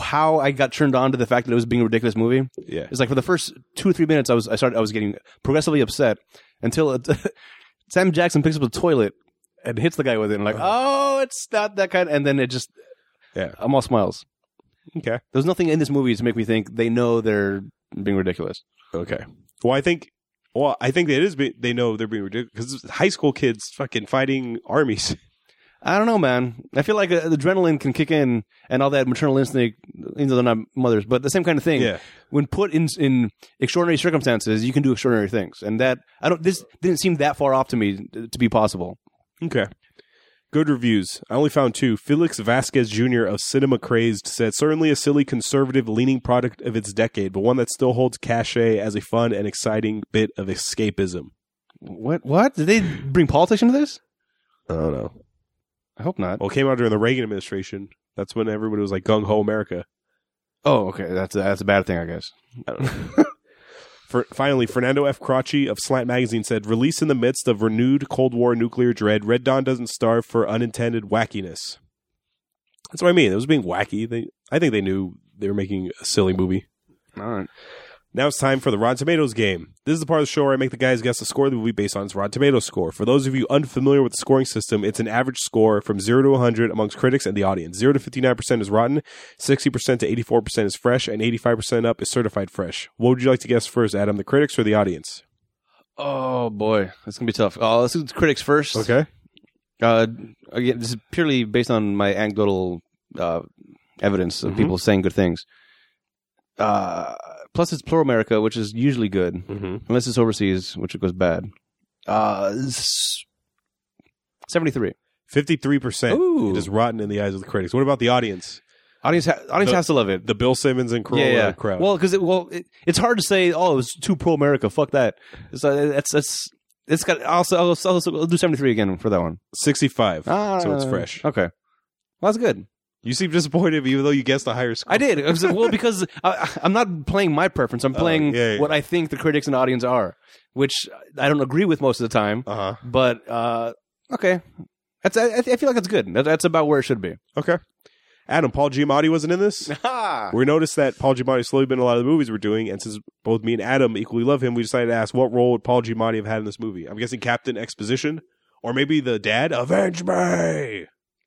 how I got turned on to the fact that it was being a ridiculous movie. yeah. It's like for the first two or three minutes, I was I started I was getting progressively upset until it, [LAUGHS] Sam Jackson picks up the toilet and hits the guy with it. And like, oh, it's not that kind. And then it just, Uh-huh. Yeah. I'm all smiles. Okay. There's nothing in this movie to make me think they know they're being ridiculous. Okay. Well, I think. Well, I think it is. Be- they know they're being ridiculous because high school kids fucking fighting armies. [LAUGHS] I don't know, man. I feel like uh, the adrenaline can kick in and all that maternal instinct. You know, they're not mothers, but the same kind of thing. Yeah. When put in in extraordinary circumstances, you can do extraordinary things, and that I don't. This didn't seem that far off to me t- to be possible. Okay. Good reviews. I only found two. Felix Vasquez Jr. of Cinema Crazed said, certainly a silly conservative leaning product of its decade, but one that still holds cachet as a fun and exciting bit of escapism. What? What did they bring politics into this? I don't know. I hope not. Well, it came out during the Reagan administration. That's when everybody was like gung ho America. Oh, okay. That's a, that's a bad thing, I guess. I don't know. For, finally, Fernando F. Crotchy of Slant Magazine said, "Released in the midst of renewed Cold War nuclear dread, Red Dawn doesn't starve for unintended wackiness." That's what I mean. It was being wacky. They, I think they knew they were making a silly movie. [LAUGHS] All right. Now it's time for the Rotten Tomatoes game. This is the part of the show where I make the guys guess the score of the movie based on its Rotten Tomatoes score. For those of you unfamiliar with the scoring system, it's an average score from 0 to 100 amongst critics and the audience. 0 to 59% is rotten, 60% to 84% is fresh, and 85% up is certified fresh. What would you like to guess first, Adam, the critics or the audience? Oh boy, that's gonna be tough. Uh, let's do the critics first. Uh, again, this is purely based on my anecdotal uh, evidence of Mhm. people saying good things. Uh, plus, it's plural America, which is usually good, Mm-hmm. unless it's overseas, which it goes bad. Uh, s- seventy-three. 53% Ooh. it is rotten in the eyes of the critics. What about the audience? Audience, ha- audience The- has to love it. The Bill Simmons and Corolla crowd. Well, because it, well, it, it's hard to say. Oh, it's too pro America. Fuck that. So that's that's it's got. Also, I'll, I'll, I'll do seventy three again for that one. 65. Ah, so it's fresh. Okay, well, that's good. You seem disappointed even though you guessed a higher score. I did. I was- well, because I, I'm not playing my preference. I'm Oh, playing yeah, yeah. what I think the critics and audience are, which I don't agree with most of the time. Uh-huh. But uh, okay, that's I, I feel like that's good. That, that's about where it should be. Okay. Adam, Paul Giamatti wasn't in this? [LAUGHS] Ah, We noticed that Paul Giamatti's slowly been in a lot of the movies we're doing, and since both me and Adam equally love him, we decided to ask what role would Paul Giamatti have had in this movie? I'm guessing Captain Exposition, or maybe the dad, Avenge Me,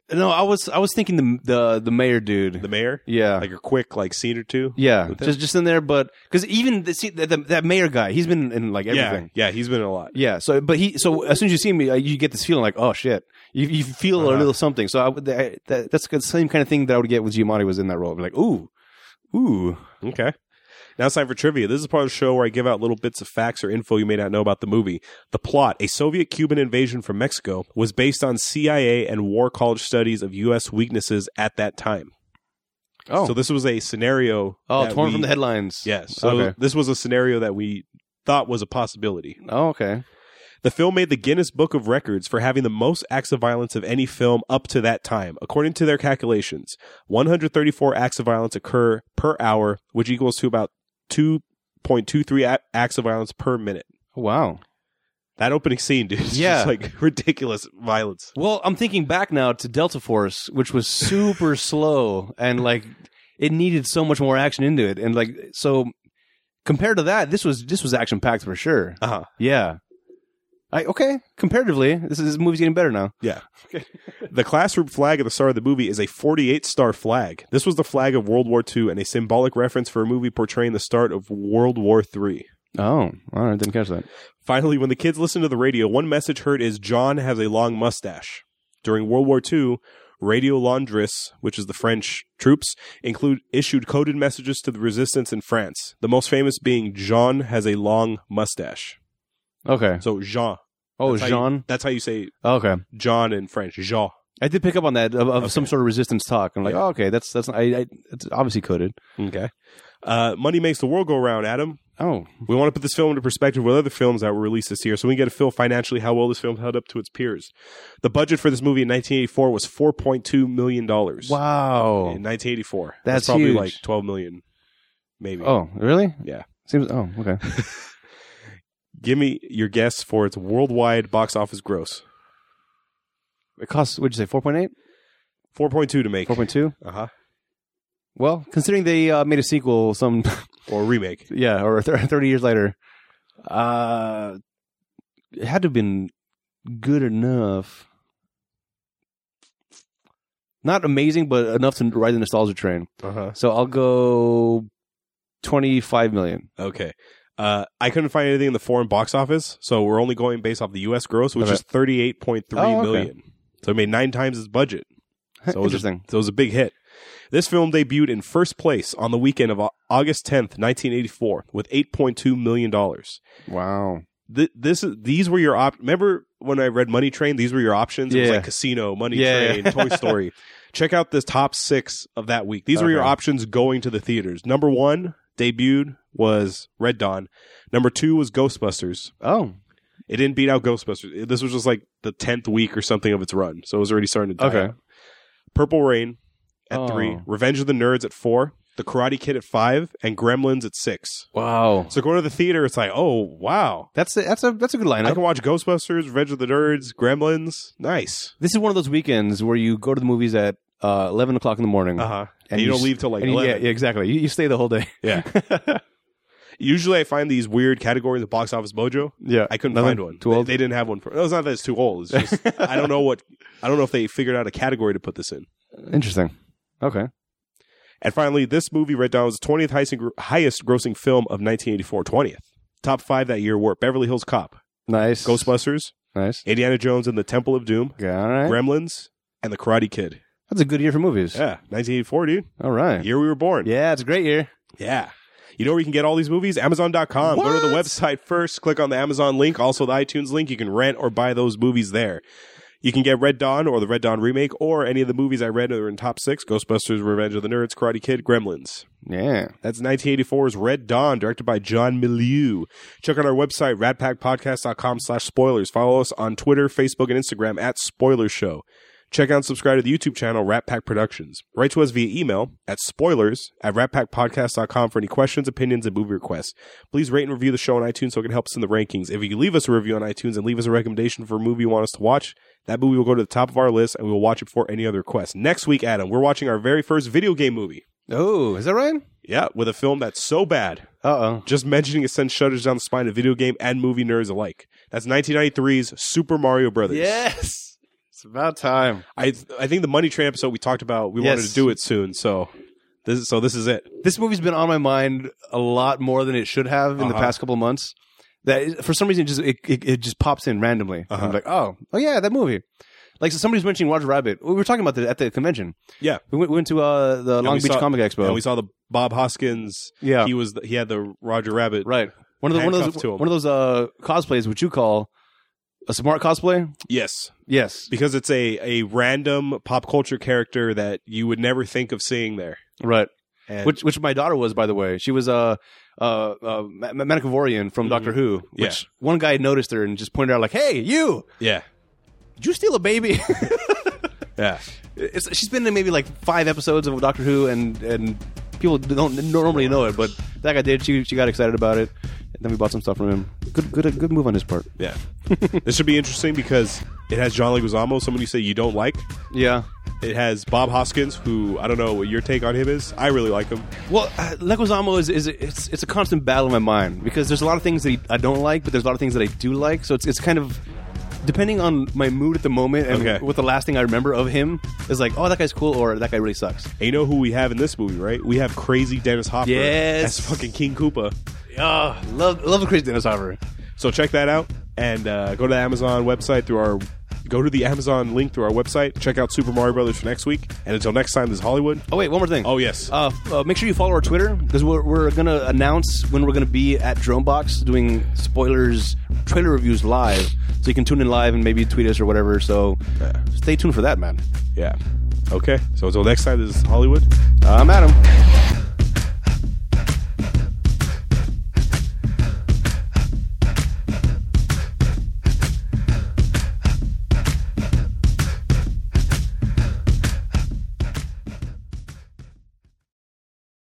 no, I was I was thinking the the the mayor dude. the mayor, yeah, like a quick like scene or two. Yeah, With just just in there, but because even the, see, the, the, that mayor guy, he's been in like everything. Yeah, yeah, he's been in a lot. Yeah. So, but he so as soon as you see him, uh, you- you get this feeling like, oh shit, you, you feel Uh-huh. a little something. So I, would- I, that, that's the same kind of thing that I would get with Giamatti was in that role. I'd be like, ooh, ooh, Okay. Now it's time for trivia. This is part of the show where I give out little bits of facts or info you may not know about the movie. The plot, a Soviet Cuban invasion from Mexico, was based on CIA and war college studies of U.S. weaknesses at that time. oh, So this was a scenario. oh, that torn we- from the headlines. Yes. So Okay. this was a scenario that we thought was a possibility. Oh, okay. The film made the Guinness Book of Records for having the most acts of violence of any film up to that time. According to their calculations, 134 acts of violence occur per hour, which equals to about 2.23 a- acts of violence per minute. Wow. That opening scene, dude, is Yeah. just like [LAUGHS] ridiculous violence. Well, I'm thinking back now to Delta Force, which was [LAUGHS] super slow and like it needed so much more action into it, and like so compared to that, this was this was action packed for sure. Uh-huh. Yeah. I okay. Comparatively, this is this movie's getting better now. The classroom flag at the start of the movie is a 48 star flag. This was the flag of World War II and a symbolic reference for a movie portraying the start of World War III. Oh, all right. Didn't catch that. Finally, when the kids listen to the radio, one message heard is John has a long mustache. During World War II, Radio Laundress, which is the French troops, include issued coded messages to the resistance in France. The most famous being Jean has a long mustache. Okay. So Jean. Oh, That's how you- Jean. That's how you say okay. John in French. Jean. I did pick up on that of, of Okay. some sort of resistance talk. I'm like, Yeah. oh, okay, that's that's I, I it's obviously coded. Okay. Uh, money makes the world go round, Adam. Oh, We want to put this film into perspective with other films that were released this year so we can get a feel financially how well this film held up to its peers. The budget for this movie in 1984 was $4.2 million. wow. In 1984. Oh. That's probably huge. like 12 million, maybe. Oh, really? Yeah. Seems. Oh, okay. Give me your guess for its worldwide box office gross. It costs. What'd you say? Four [LAUGHS] point eight? 4.2 to make. Four point two? Uh-huh. Well, considering they uh, made a sequel, some Or remake. yeah, or th- [LAUGHS] thirty years later, uh, it had to have been good enough. Not amazing, but enough to ride the nostalgia train. Uh-huh. So I'll go twenty-five million. Okay. Uh, I couldn't find anything in the foreign box office, so we're only going based off the U.S. gross, which Okay. is thirty-eight point three Oh, million. okay. So it made nine times its budget. So it was Interesting. So it was a big hit. This film debuted in first place on the weekend of Au- August tenth, nineteen eighty-four, with eight point two million dollars. Wow. Th- this is- these were your op. Remember when I read Money Train? These were your options. It was Yeah. like Casino, Money Yeah. Train, Toy [LAUGHS] Story. Check out the top six of that week. These were your Okay. options going to the theaters. Number one debuted was Red Dawn. Number two was Ghostbusters. Oh, It didn't beat out Ghostbusters. It- This was just like the tenth week or something of its run, so it was already starting to die. Okay. out. Purple Rain at Oh. three, Revenge of the Nerds at four, The Karate Kid at five, and Gremlins at six. wow. So going to the theater, it's like, oh wow, That's a, that's a that's a good I lineup. can watch Ghostbusters, Revenge of the Nerds, Gremlins. Nice. This is one of those weekends where you go to the movies at uh, eleven o'clock in the morning, Uh huh. And, you don't s- leave till like and you- yeah, eleven. yeah, exactly. You, you stay the [LAUGHS] whole day. Usually, I find these weird categories of Box Office Mojo. yeah, I couldn't Nothing find one. Too They- old. They, didn't have one. For, no, it's not that it's too old. [LAUGHS] It's just I don't know what. I don't know if they figured out a category to put this in. Interesting. Okay. And finally, this movie, Red Dawn, was the 20th highest, highest grossing film of 1984. 20th. Top five that year were Beverly Hills Cop, Nice. Ghostbusters, Nice. Indiana Jones and the Temple of Doom, Okay, all right. Gremlins, and The Karate Kid. That's a good year for movies. Yeah, 1984, dude. All right. Year we were born. Yeah, it's a great year. Yeah. You know where you can get all these movies? Amazon.com. Go to the What? website first, click on the Amazon link, also the iTunes link. You can rent or buy those movies there. You can get Red Dawn or the Red Dawn remake or any of the movies I read that are in top six Ghostbusters, Revenge of the Nerds, Karate Kid, Gremlins. Yeah. That's 1984's Red Dawn, directed by John Milieu. Check out our website, ratpackpodcast.com slash spoilers. Follow us on Twitter, Facebook, and Instagram at Spoiler Show. Check out and subscribe to the YouTube channel, Rat Pack Productions. Write to us via email at spoilers at ratpackpodcast.com for any questions, opinions, and movie requests. Please rate and review the show on iTunes so it can help us in the rankings. If you leave us a review on iTunes and leave us a recommendation for a movie you want us to watch, that movie will go to the top of our list and we will watch it before any other requests. Next week, Adam, we're watching our very first video game movie. Oh, is that right? Yeah, with a film that's so bad Uh oh. just mentioning it sends shudders down the spine of video game and movie nerds alike. That's 1993's Super Mario Brothers. Yes. It's about time. I I think the Money Train episode we talked about, we wanted Yes. to do it soon, so this is, so this is it. This movie's been on my mind a lot more than it should have in the Uh-huh. past couple of months. That is- for some reason it just it, it, it just pops in randomly. Uh-huh. I'm like, oh, oh yeah, that movie. Like so somebody's mentioning Roger Rabbit. We were talking about that at the convention. Yeah. we went, we went to uh, the Long we Beach saw- Comic Expo. And we saw the Bob Hoskins. yeah, He was the, he had the Roger Rabbit. right. One of the one of handcuffed those to him. one of those uh, cosplays, which you call a smart cosplay. Yes, Yes, because it's a a random pop culture character that you would never think of seeing there. right. And Which which my daughter was, by the way. She was uh, uh, uh, Ma- Ma- Manakavorian from Mhm. Doctor Who. Which Yeah. one guy noticed her and just pointed out, like, "Hey, you! yeah, Did you steal a baby?" [LAUGHS] yeah. it's, she's been in maybe like five episodes of Doctor Who, and and people don't normally know it, but that guy did. She she got excited about it, and then we bought some stuff from him. Good good good move on his part. Yeah. [LAUGHS] this should be interesting because it has John Leguizamo, someone you say you don't like. Yeah. It has Bob Hoskins, who I don't know what your take on him is. I really like him. Well, uh, Leguizamo is, is it's it's a constant battle in my mind because there's a lot of things that he, I don't like, but there's a lot of things that I do like. So it's it's kind of depending on my mood at the moment and Okay. what the last thing I remember of him is like, oh, that guy's cool, or that guy really sucks. And you know who we have in this movie, right? We have crazy Dennis Hopper Yes. as fucking King Koopa. Oh, love love the crazy Dennis Hopper. So check that out and uh, go to the Amazon website through our Go to the Amazon link through our website. Check out Super Mario Brothers for next week. And until next time, this is Hollywood. Oh wait, one more thing. Oh, yes. Uh, f- uh, make sure you follow our Twitter because we're, we're gonna announce when we're gonna be at Dronebox doing spoilers, trailer reviews live. So you can tune in live and maybe tweet us or whatever. So stay tuned for that, man. Yeah. Okay. So until next time, this is Hollywood. I'm Adam.